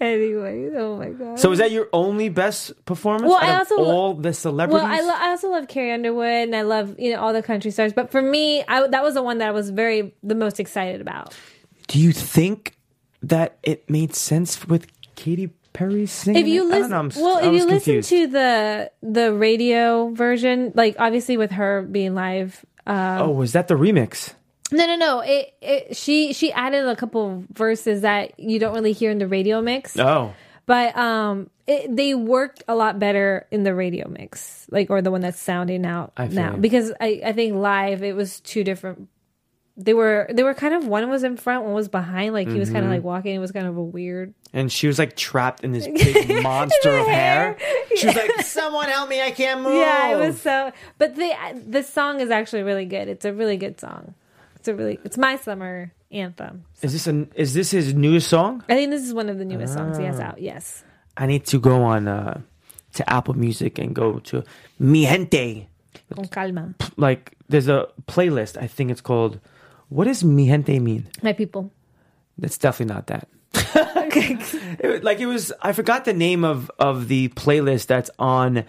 [SPEAKER 4] Anyway, oh my god.
[SPEAKER 2] So is that your only best performance
[SPEAKER 4] Well,
[SPEAKER 2] out
[SPEAKER 4] I
[SPEAKER 2] of
[SPEAKER 4] also-
[SPEAKER 2] all the celebrities?
[SPEAKER 4] Well, I, lo- I also love Carrie Underwood and I love you know all the country stars, but for me, I, that was the one that I was very the most excited about.
[SPEAKER 2] Do you think that it made sense with Katy Perry singing?
[SPEAKER 4] If you
[SPEAKER 2] it? I don't
[SPEAKER 4] listen,
[SPEAKER 2] know, I'm s-
[SPEAKER 4] well,
[SPEAKER 2] I
[SPEAKER 4] if
[SPEAKER 2] was
[SPEAKER 4] you listen
[SPEAKER 2] confused.
[SPEAKER 4] to the the radio version, like obviously with her being live, uh,
[SPEAKER 2] oh, was that the remix?
[SPEAKER 4] no, no, no, it, it she she added a couple verses that you don't really hear in the radio mix,
[SPEAKER 2] Oh,
[SPEAKER 4] but um, it, they worked a lot better in the radio mix, like or the one that's sounding out
[SPEAKER 2] I feel
[SPEAKER 4] now,
[SPEAKER 2] you.
[SPEAKER 4] because I I think live it was two different. They were they were kind of one was in front, one was behind. Like he was kind of like walking. It was kind of a weird
[SPEAKER 2] and she was like trapped in this big monster of hair. She was like, "Someone help me! I can't move."
[SPEAKER 4] Yeah, it was so. But the the song is actually really good. It's a really good song. It's a really it's my summer anthem.
[SPEAKER 2] Is this an? Is this his newest song?
[SPEAKER 4] I think this is one of the newest songs he has out. Yes,
[SPEAKER 2] I need to go on uh, to Apple Music and go to Mi Gente.
[SPEAKER 4] con calma,
[SPEAKER 2] Like, there's a playlist. I think it's called. What does Mi Gente mean?
[SPEAKER 4] my people.
[SPEAKER 2] That's definitely not that. It- like it was I forgot the name of of the playlist that's on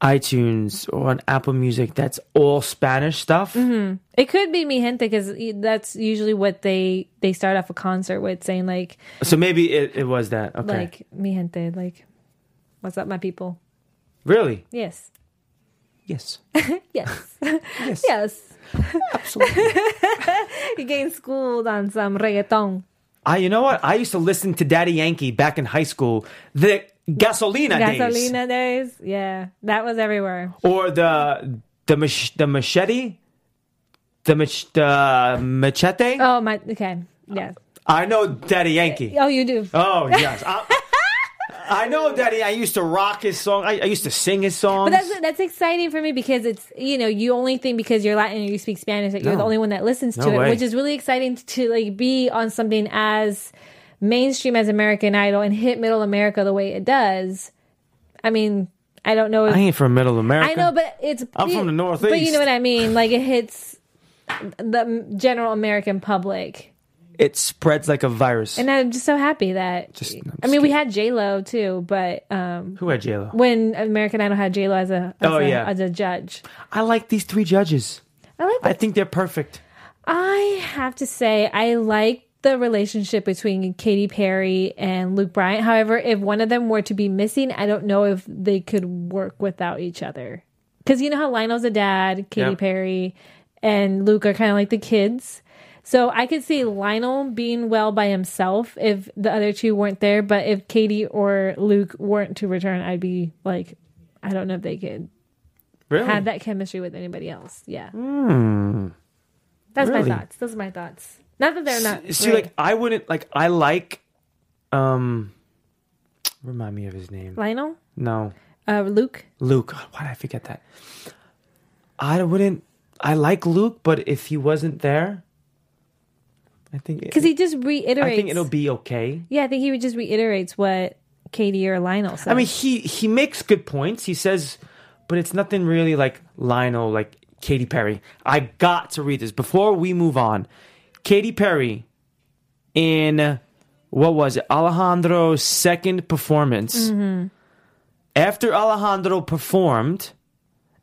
[SPEAKER 2] iTunes or on Apple Music that's all Spanish stuff.
[SPEAKER 4] It could be mi gente because that's usually what they they start off a concert with, saying like
[SPEAKER 2] So maybe it, it was that. Okay.
[SPEAKER 4] like mi gente, like what's up, my people?
[SPEAKER 2] really?
[SPEAKER 4] Yes,
[SPEAKER 2] Yes.
[SPEAKER 4] yes, yes, yes. Absolutely. you getting schooled on some reggaeton.
[SPEAKER 2] I you know what? I used to listen to Daddy Yankee back in high school. The Gasolina, days.
[SPEAKER 4] Gasolina days. Yeah, that was everywhere.
[SPEAKER 2] or the the mach- the machete, the mach- the machete.
[SPEAKER 4] Oh my. Okay. Yeah.
[SPEAKER 2] I know Daddy Yankee.
[SPEAKER 4] Oh, you do.
[SPEAKER 2] Oh yes, I, I know Daddy. I used to rock his song. I, I used to sing his songs.
[SPEAKER 4] But that's that's exciting for me because it's you know you only think because you're Latin and you speak Spanish that you're
[SPEAKER 2] No.
[SPEAKER 4] the only one that listens
[SPEAKER 2] No
[SPEAKER 4] to
[SPEAKER 2] way.
[SPEAKER 4] it, which is really exciting to like be on something as mainstream as American Idol and hit Middle America the way it does. I mean, I don't know. If,
[SPEAKER 2] I ain't from Middle America.
[SPEAKER 4] I know, but it's
[SPEAKER 2] I'm from the
[SPEAKER 4] But you
[SPEAKER 2] Northeast.
[SPEAKER 4] know what I mean? Like it hits the general American public.
[SPEAKER 2] it spreads like a virus.
[SPEAKER 4] And I'm just so happy that
[SPEAKER 2] Just- I'm
[SPEAKER 4] I mean we
[SPEAKER 2] scared.
[SPEAKER 4] had J Lo too, but um,
[SPEAKER 2] Who had J-Lo?
[SPEAKER 4] when American Idol had J Lo as a as,
[SPEAKER 2] Oh,
[SPEAKER 4] a,
[SPEAKER 2] yeah.
[SPEAKER 4] as a judge,
[SPEAKER 2] I like these three judges.
[SPEAKER 4] I like
[SPEAKER 2] I think they're perfect.
[SPEAKER 4] I have to say, I like the relationship between Katy Perry and Luke Bryant. However, if one of them were to be missing, I don't know if they could work without each other. Because you know how Lionel's a dad, Katy
[SPEAKER 2] Yeah.
[SPEAKER 4] Perry and Luke are kind of like the kids. So I could see Lionel being well by himself if the other two weren't there. But if Katie or Luke weren't to return, I'd be like, I don't know if they could
[SPEAKER 2] Really?
[SPEAKER 4] have that chemistry with anybody else. Yeah. That's
[SPEAKER 2] Hmm. Really?
[SPEAKER 4] my thoughts. Those are my thoughts. Not that they're not.
[SPEAKER 2] See,
[SPEAKER 4] great.
[SPEAKER 2] like I wouldn't like. I like. Um, remind me of his name.
[SPEAKER 4] Lionel,
[SPEAKER 2] No.
[SPEAKER 4] uh, Luke.
[SPEAKER 2] Luke. God, Why did I forget that? I wouldn't. I like Luke, but if he wasn't there, I think
[SPEAKER 4] Because he just reiterates.
[SPEAKER 2] I think it'll be okay.
[SPEAKER 4] Yeah, I think he just reiterates what Katie or Lionel said.
[SPEAKER 2] I mean, he he makes good points. He says, but it's nothing really like Lionel, like Katy Perry. I got to read this before we move on. Katy Perry in what was it? Alejandro's second performance. After Alejandro performed,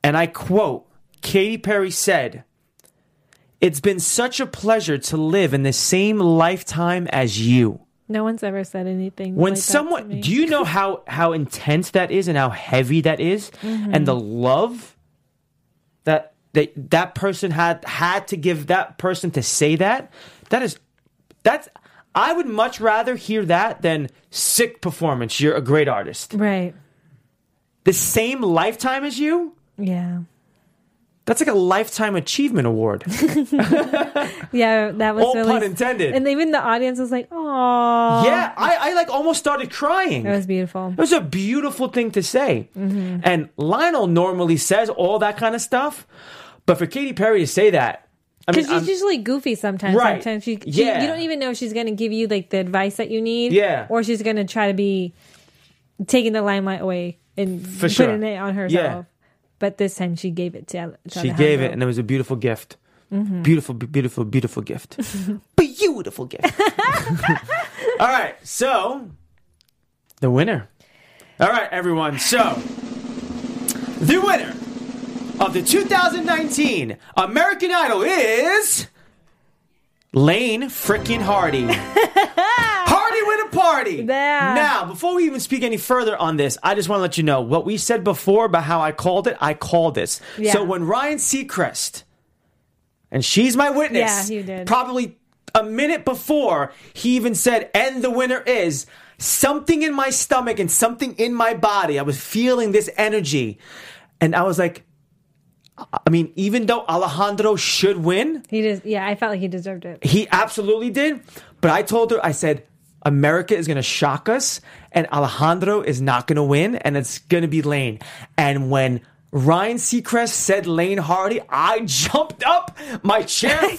[SPEAKER 2] and I quote, Katy Perry said, It's been such a pleasure to live in the same lifetime as you
[SPEAKER 4] no one's ever said anything.
[SPEAKER 2] when
[SPEAKER 4] like that to
[SPEAKER 2] someone
[SPEAKER 4] me.
[SPEAKER 2] do you know how how intense that is and how heavy that is? and the
[SPEAKER 4] Mm-hmm.
[SPEAKER 2] love that that that person had had to give that person to say that that is that's i would much rather hear that than sick performance you're a great artist
[SPEAKER 4] Right.
[SPEAKER 2] the same lifetime as you
[SPEAKER 4] Yeah.
[SPEAKER 2] that's like a lifetime achievement award
[SPEAKER 4] Yeah, that was
[SPEAKER 2] All
[SPEAKER 4] really.
[SPEAKER 2] pun intended.
[SPEAKER 4] And even the audience was like, "Oh,
[SPEAKER 2] yeah I, I like almost started crying
[SPEAKER 4] that was beautiful."
[SPEAKER 2] It was a beautiful thing to say. And Lionel normally says all that kind of stuff, but for Katy Perry to say that, I mean,
[SPEAKER 4] Because
[SPEAKER 2] I'm-
[SPEAKER 4] she's usually goofy sometimes.
[SPEAKER 2] Right.
[SPEAKER 4] Sometimes she, she-
[SPEAKER 2] Yeah.
[SPEAKER 4] you don't even know if she's going to give you like the advice that you need.
[SPEAKER 2] Yeah.
[SPEAKER 4] Or she's going to try to be taking the limelight away and
[SPEAKER 2] For sure.
[SPEAKER 4] putting it on herself. But this time she gave it to. Ale- to
[SPEAKER 2] she
[SPEAKER 4] Alejandro.
[SPEAKER 2] gave it, and it was a beautiful gift. Beautiful, be- beautiful, beautiful gift. beautiful gift. all right, so the winner. All right, everyone. So the winner of the 2019 American Idol is Lane Frickin' Hardy. Party with a party.
[SPEAKER 4] Yeah.
[SPEAKER 2] Now, before we even speak any further on this, I just want to let you know what we said before about how I called it. I called this.
[SPEAKER 4] Yeah.
[SPEAKER 2] So when Ryan Seacrest, and she's my witness,
[SPEAKER 4] Yeah, you did.
[SPEAKER 2] probably a minute before he even said, and the winner is something in my stomach and something in my body. I was feeling this energy. And I was like, I mean, even though Alejandro should win,
[SPEAKER 4] He just, yeah, I felt like he deserved it.
[SPEAKER 2] he absolutely did. But I told her, I said, America is going to shock us, and Alejandro is not going to win, and it's going to be Lane. And when Ryan Seacrest said Lane Hardy, I jumped up, my chair fell,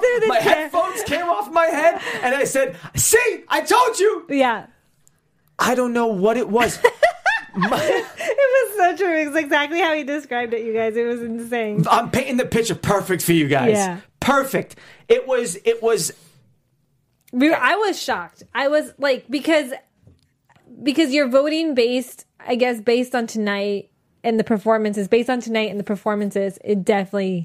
[SPEAKER 4] Through the
[SPEAKER 2] my
[SPEAKER 4] chair.
[SPEAKER 2] headphones came off my head, and I said, See, I told you.
[SPEAKER 4] Yeah.
[SPEAKER 2] I don't know what it was. My-
[SPEAKER 4] It was so true. It's exactly how he described it, you guys. It was insane.
[SPEAKER 2] I'm painting the picture perfect for you guys.
[SPEAKER 4] Yeah.
[SPEAKER 2] Perfect. It was, it was
[SPEAKER 4] We- I was shocked. I was like because because you're voting based, I guess, based on tonight and the performances. Based on tonight and the performances, it definitely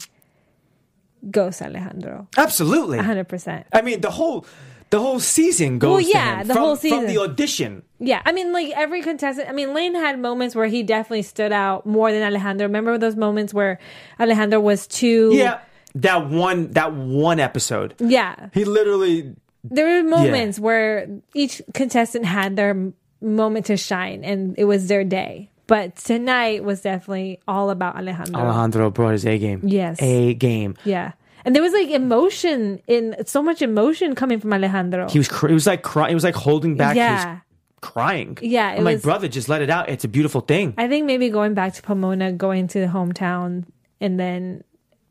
[SPEAKER 4] goes Alejandro,
[SPEAKER 2] Absolutely.
[SPEAKER 4] hundred percent.
[SPEAKER 2] I mean, the whole the whole season goes.
[SPEAKER 4] Well,
[SPEAKER 2] to
[SPEAKER 4] yeah,
[SPEAKER 2] him.
[SPEAKER 4] the
[SPEAKER 2] From-
[SPEAKER 4] whole
[SPEAKER 2] from
[SPEAKER 4] season.
[SPEAKER 2] the audition.
[SPEAKER 4] Yeah, I mean, like every contestant. I mean, Lane had moments where he definitely stood out more than Alejandro. Remember those moments where Alejandro was too.
[SPEAKER 2] Yeah, that one that one episode.
[SPEAKER 4] Yeah.
[SPEAKER 2] He literally
[SPEAKER 4] There were moments where each contestant had their m- moment to shine and it was their day. But tonight was definitely all about Alejandro.
[SPEAKER 2] Alejandro brought his A game.
[SPEAKER 4] Yes.
[SPEAKER 2] A game.
[SPEAKER 4] Yeah. And there was like emotion in so much emotion coming from Alejandro.
[SPEAKER 2] He was cr- he was like crying. He was like holding back. He was
[SPEAKER 4] yeah.
[SPEAKER 2] crying.
[SPEAKER 4] Yeah, it
[SPEAKER 2] I'm like,
[SPEAKER 4] was-
[SPEAKER 2] brother, just let it out. It's a beautiful thing.
[SPEAKER 4] I think maybe going back to Pomona, going to the hometown, and then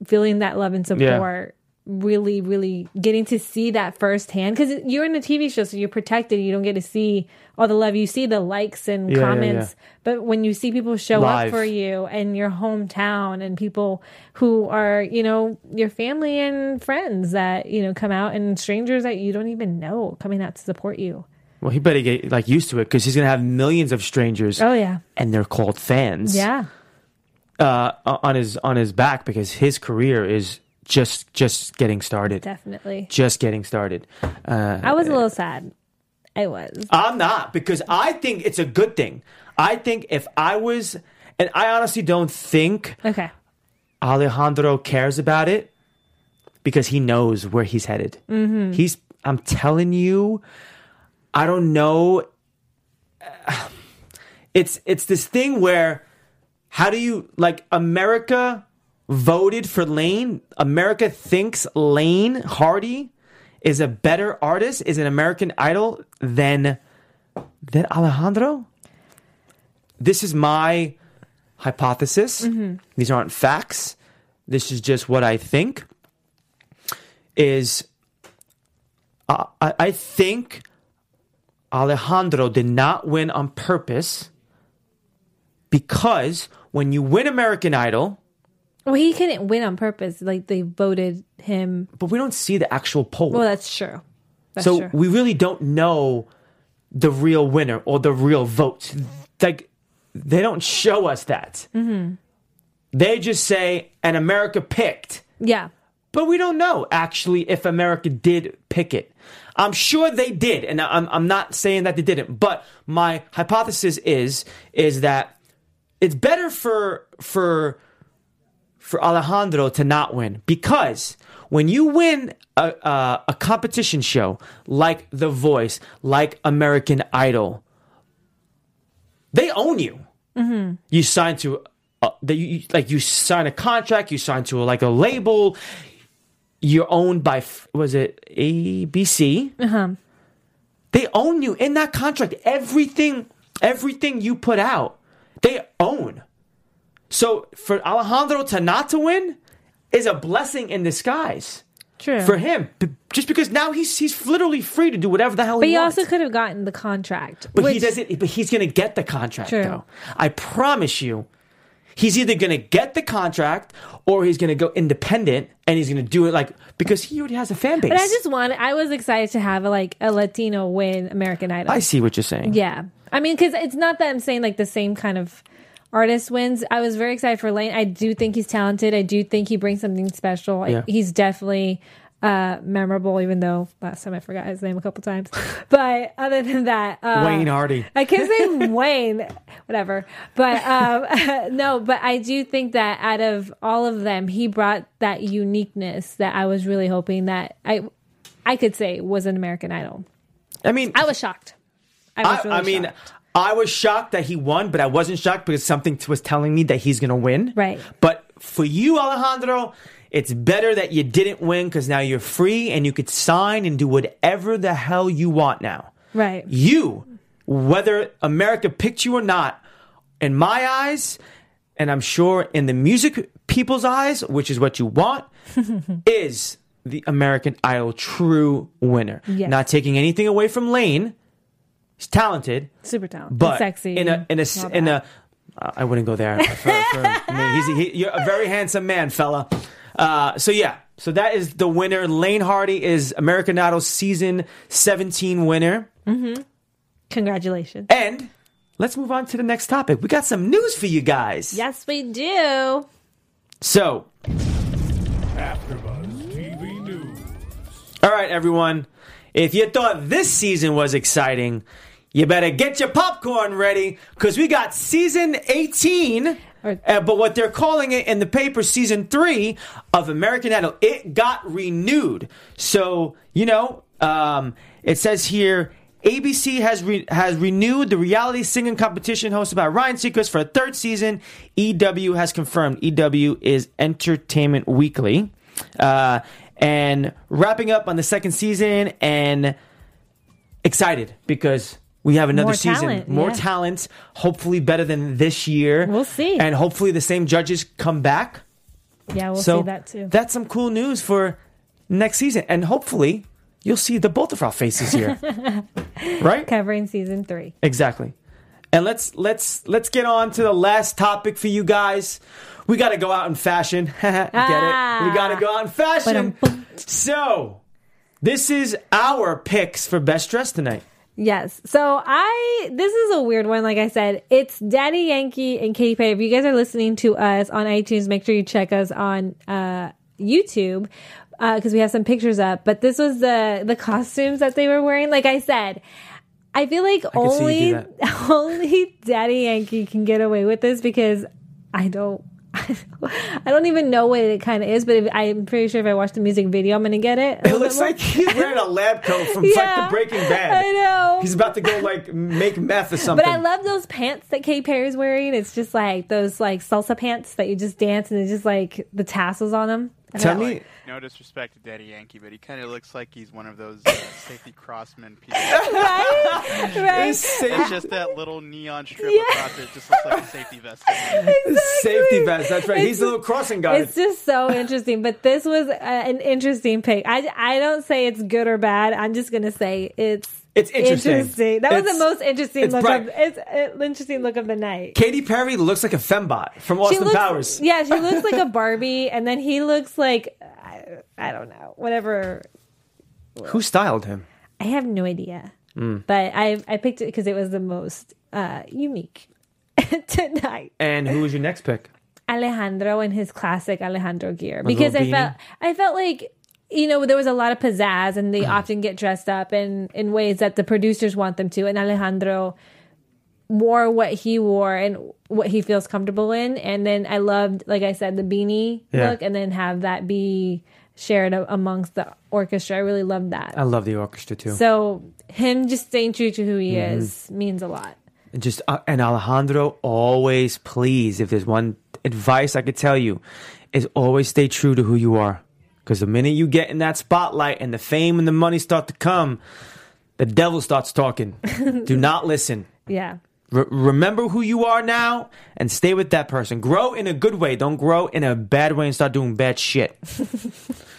[SPEAKER 4] feeling that love and support. Really, really getting to see that firsthand because you're in a TV show, so you're protected. You don't get to see all the love. You see the likes and
[SPEAKER 2] yeah,
[SPEAKER 4] comments, but when you see people show
[SPEAKER 2] Live.
[SPEAKER 4] up for you and your hometown and people who are, you know, your family and friends that you know come out and strangers that you don't even know coming out to support you.
[SPEAKER 2] Well, he better get like used to it because he's gonna have millions of strangers.
[SPEAKER 4] Oh yeah,
[SPEAKER 2] and they're called fans.
[SPEAKER 4] yeah.
[SPEAKER 2] uh, on his on his back because his career is just just getting started.
[SPEAKER 4] Definitely.
[SPEAKER 2] Just getting started.
[SPEAKER 4] I was a little sad. I was.
[SPEAKER 2] I'm not because I think it's a good thing. I think if I was, and I honestly don't think
[SPEAKER 4] Okay.
[SPEAKER 2] Alejandro cares about it because he knows where he's headed. He's. I'm telling you, I don't know. It's it's this thing where how do you like America voted for Lane? America thinks Lane Hardy is a better artist, is an American Idol than than Alejandro. This is my hypothesis. These aren't facts. This is just what I think. Is I I I think Alejandro did not win on purpose because when you win American Idol,
[SPEAKER 4] Well, he couldn't win on purpose. Like they voted him.
[SPEAKER 2] but we don't see the actual poll.
[SPEAKER 4] Well, that's true. That's
[SPEAKER 2] so
[SPEAKER 4] true.
[SPEAKER 2] we really don't know the real winner or the real vote. Like they don't show us that.
[SPEAKER 4] Mm-hmm.
[SPEAKER 2] They just say, "And America picked."
[SPEAKER 4] yeah.
[SPEAKER 2] But we don't know actually if America did pick it. I'm sure they did, and I'm I'm not saying that they didn't. But my hypothesis is is that it's better for for for Alejandro to not win because when you win a a, a competition show like The Voice, like American Idol, they own you you sign to uh, that you- you like you sign a contract you sign to like a label you're owned by f- was it abc uh-huh. they own you in that contract everything everything you put out they own so for alejandro to not to win is a blessing in disguise
[SPEAKER 4] True.
[SPEAKER 2] for him b- just because now he's he's literally free to do whatever the hell
[SPEAKER 4] but
[SPEAKER 2] he
[SPEAKER 4] he
[SPEAKER 2] wants
[SPEAKER 4] also could have gotten the contract.
[SPEAKER 2] but he
[SPEAKER 4] which-
[SPEAKER 2] doesn't. But he's going to get the contract,
[SPEAKER 4] True.
[SPEAKER 2] though. I promise you, he's either going to get the contract or he's going to go independent and he's going to do it like because he already has a fan base.
[SPEAKER 4] But I just want. I was excited to have a, like a Latino win American Idol.
[SPEAKER 2] I see what you're saying.
[SPEAKER 4] Yeah. I mean, because it's not that I'm saying like the same kind of artist wins. I was very excited for Lane. I do think he's talented. I do think he brings something special. I-
[SPEAKER 2] Yeah.
[SPEAKER 4] He's definitely uh memorable even though last time i forgot his name a couple times but other than that uh,
[SPEAKER 2] Wayne Hardy.
[SPEAKER 4] i can't say wayne whatever but um no but i do think that out of all of them he brought that uniqueness that i was really hoping that i i could say was an american idol
[SPEAKER 2] I mean,
[SPEAKER 4] i was shocked i was
[SPEAKER 2] I,
[SPEAKER 4] really
[SPEAKER 2] I mean,
[SPEAKER 4] shocked.
[SPEAKER 2] I was shocked that he won, but I wasn't shocked because something t- was telling me that he's going to win.
[SPEAKER 4] Right.
[SPEAKER 2] But for you, Alejandro, it's better that you didn't win because now you're free and you could sign and do whatever the hell you want now.
[SPEAKER 4] Right.
[SPEAKER 2] you, whether America picked you or not, in my eyes, and I'm sure in the music people's eyes, which is what you want, is the American Idol true winner.
[SPEAKER 4] Yes.
[SPEAKER 2] Not taking anything away from Lane. He's talented,
[SPEAKER 4] Super talented.
[SPEAKER 2] but
[SPEAKER 4] sexy.
[SPEAKER 2] in a in a s-
[SPEAKER 4] All
[SPEAKER 2] in
[SPEAKER 4] that.
[SPEAKER 2] a. I wouldn't go there. For, for me. He's a, he, you're a very handsome man, fella. Uh, so yeah, So that is the winner. Lane Hardy is American Idol season 17 winner.
[SPEAKER 4] Congratulations.
[SPEAKER 2] And let's move on to the next topic. We got some news for you guys.
[SPEAKER 4] Yes, we do.
[SPEAKER 2] So,
[SPEAKER 6] AfterBuzz TV News.
[SPEAKER 2] all right, everyone. If you thought this season was exciting, you better get your popcorn ready because we got season 18,
[SPEAKER 4] Or-
[SPEAKER 2] uh, but what they're calling it in the paper, season three of American Idol. It got renewed. So, you know, um, it says here. ABC has re- has renewed the reality singing competition hosted by Ryan Seacrest for a third season. EW has confirmed. EW is Entertainment Weekly. Uh, and wrapping up on the second season and excited because we have another
[SPEAKER 4] More
[SPEAKER 2] season.
[SPEAKER 4] talent,
[SPEAKER 2] More
[SPEAKER 4] yeah.
[SPEAKER 2] talent, hopefully better than this year.
[SPEAKER 4] We'll see.
[SPEAKER 2] And hopefully the same judges come back.
[SPEAKER 4] Yeah, we'll
[SPEAKER 2] so
[SPEAKER 4] see that too.
[SPEAKER 2] that's some cool news for next season. And hopefully you'll see the both of our faces here. right?
[SPEAKER 4] Covering season three.
[SPEAKER 2] Exactly. And let's let's let's get on to the last topic for you guys. We got to go out in fashion. Get it? We got to go out in fashion.
[SPEAKER 4] Ah. Ba-dum-bum.
[SPEAKER 2] So, this is our picks for best dress tonight.
[SPEAKER 4] Yes. So I this is a weird one. Like I said, it's Daddy Yankee and Katy Perry. If you guys are listening to us on iTunes, make sure you check us on uh, YouTube because we have some pictures up. But this was the the costumes that they were wearing. Like I said, I feel like
[SPEAKER 2] can see you
[SPEAKER 4] only
[SPEAKER 2] do
[SPEAKER 4] only Daddy Yankee can get away with this because I don't. I don't even know what it kind of is, but if, I'm pretty sure if I watch the music video, I'm gonna get it. a
[SPEAKER 2] It
[SPEAKER 4] little
[SPEAKER 2] looks
[SPEAKER 4] bit more.
[SPEAKER 2] like he's wearing a lab coat from like
[SPEAKER 4] Yeah,
[SPEAKER 2] the Breaking Bad.
[SPEAKER 4] I know.
[SPEAKER 2] He's about to go like make meth or something.
[SPEAKER 4] But I love those pants that Katy Perry's wearing. It's just like those like salsa pants that you just dance and it's just like the tassels on them.
[SPEAKER 2] Tell me,
[SPEAKER 7] No disrespect to Daddy Yankee, but he kind of looks like he's one of those uh, safety crossman people.
[SPEAKER 4] Right? right?
[SPEAKER 2] It's safe-
[SPEAKER 7] It's just that little neon strip across it just looks like a safety vest.
[SPEAKER 2] safety vest. That's right.
[SPEAKER 4] It's-
[SPEAKER 2] he's a little crossing guard.
[SPEAKER 4] It's just so interesting. But this was uh an interesting pick. I, I don't say it's good or bad. I'm just going to say it's.
[SPEAKER 2] It's interesting.
[SPEAKER 4] That was
[SPEAKER 2] It's-
[SPEAKER 4] the most interesting
[SPEAKER 2] it's
[SPEAKER 4] look
[SPEAKER 2] bright.
[SPEAKER 4] of it's uh, interesting look of the night.
[SPEAKER 2] Katy Perry looks like a fembot from Austin
[SPEAKER 4] looks,
[SPEAKER 2] Powers.
[SPEAKER 4] Yeah, she looks like a Barbie, and then he looks like I, I don't know, whatever
[SPEAKER 2] Who styled him?
[SPEAKER 4] I have no idea,
[SPEAKER 2] Mm.
[SPEAKER 4] but I I picked it because it was the most uh, unique tonight.
[SPEAKER 2] And who was your next pick?
[SPEAKER 4] Alejandro in his classic Alejandro gear because
[SPEAKER 2] little
[SPEAKER 4] I felt I felt like you know there was a lot of pizzazz and
[SPEAKER 2] Mm.
[SPEAKER 4] they often get dressed up in in ways that the producers want them to and Alejandro wore what he wore and what he feels comfortable in and then I loved like I said the beanie
[SPEAKER 2] Yeah.
[SPEAKER 4] look and then have that be shared a- amongst the orchestra. I really loved that.
[SPEAKER 2] I love the orchestra too.
[SPEAKER 4] So him just staying true to who he
[SPEAKER 2] Mm-hmm.
[SPEAKER 4] is means a lot.
[SPEAKER 2] And just uh, and Alejandro always please if there's one advice I could tell you is always stay true to who you are because the minute you get in that spotlight and the fame and the money start to come the devil starts talking do not listen
[SPEAKER 4] Yeah.
[SPEAKER 2] Re- remember who you are now and stay with that person grow in a good way don't grow in a bad way and start doing bad shit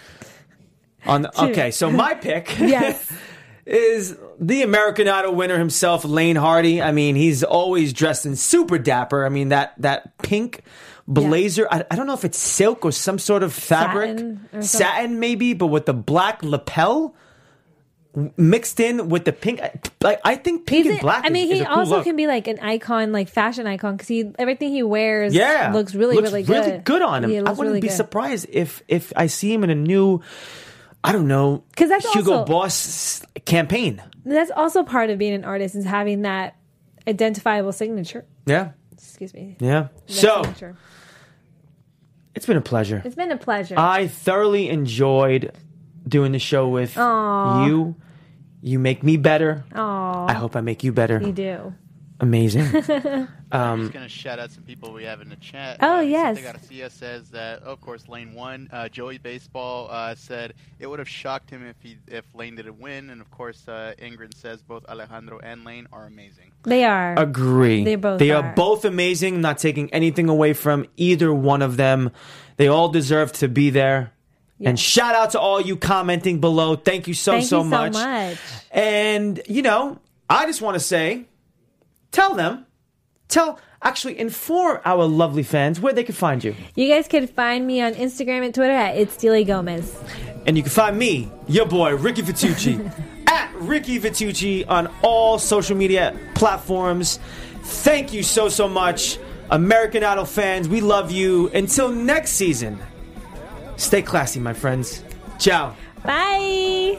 [SPEAKER 2] on the, okay so my pick
[SPEAKER 4] Yes.
[SPEAKER 2] is the American Idol winner himself, Lane Hardy. I mean, he's always dressed in super dapper. I mean that that pink blazer. I, I don't know if it's silk or some sort of fabric,
[SPEAKER 4] Satin or something.
[SPEAKER 2] satin maybe, but with the black lapel w- mixed in with the pink. I- Like I think pink
[SPEAKER 4] Is
[SPEAKER 2] and
[SPEAKER 4] it-
[SPEAKER 2] black.
[SPEAKER 4] I mean,
[SPEAKER 2] is,
[SPEAKER 4] he
[SPEAKER 2] is a cool
[SPEAKER 4] also
[SPEAKER 2] look.
[SPEAKER 4] can be like an icon, like fashion icon, because he everything he wears,
[SPEAKER 2] Yeah,
[SPEAKER 4] looks really, really good.
[SPEAKER 2] on him.
[SPEAKER 4] Yeah, it
[SPEAKER 2] I
[SPEAKER 4] looks
[SPEAKER 2] wouldn't
[SPEAKER 4] really
[SPEAKER 2] be
[SPEAKER 4] good.
[SPEAKER 2] surprised if if I see him in a new, I don't know,
[SPEAKER 4] 'Cause that's
[SPEAKER 2] Hugo
[SPEAKER 4] also-
[SPEAKER 2] Boss campaign.
[SPEAKER 4] That's also part of being an artist is having that identifiable signature.
[SPEAKER 2] Yeah,
[SPEAKER 4] Excuse me.
[SPEAKER 2] yeah.
[SPEAKER 4] That
[SPEAKER 2] So
[SPEAKER 4] signature.
[SPEAKER 2] it's been a pleasure.
[SPEAKER 4] it's been a pleasure.
[SPEAKER 2] I thoroughly enjoyed doing the show with you. You make me better. I hope I make you better.
[SPEAKER 4] you do.
[SPEAKER 2] Amazing.
[SPEAKER 7] I'm just gonna shout out some people we have in the chat.
[SPEAKER 4] Um, Oh,
[SPEAKER 7] uh,
[SPEAKER 4] yes.
[SPEAKER 7] Something out of CS says that of course Lane won. Uh, Joey Baseball uh, said it would have shocked him if he if Lane didn't win, and of course uh, Ingrid says both Alejandro and Lane are amazing.
[SPEAKER 4] They are.
[SPEAKER 2] Agree.
[SPEAKER 4] They both
[SPEAKER 2] They are.
[SPEAKER 4] are.
[SPEAKER 2] both amazing. Not taking anything away from either one of them. They all deserve to be there. And shout out to all you commenting below. Thank you so
[SPEAKER 4] Thank
[SPEAKER 2] so
[SPEAKER 4] you so
[SPEAKER 2] much.
[SPEAKER 4] much.
[SPEAKER 2] And you know, I just want to say, tell them, tell actually inform our lovely fans where they can find you.
[SPEAKER 4] You guys can find me on Instagram and Twitter at It's Dilly Gomez.
[SPEAKER 2] And you can find me, your boy, Ricky Vitucci, at Ricky Vitucci on all social media platforms. Thank you so, so much, American Idol fans. We love you. Until next season, stay classy, my friends. Ciao.
[SPEAKER 4] Bye.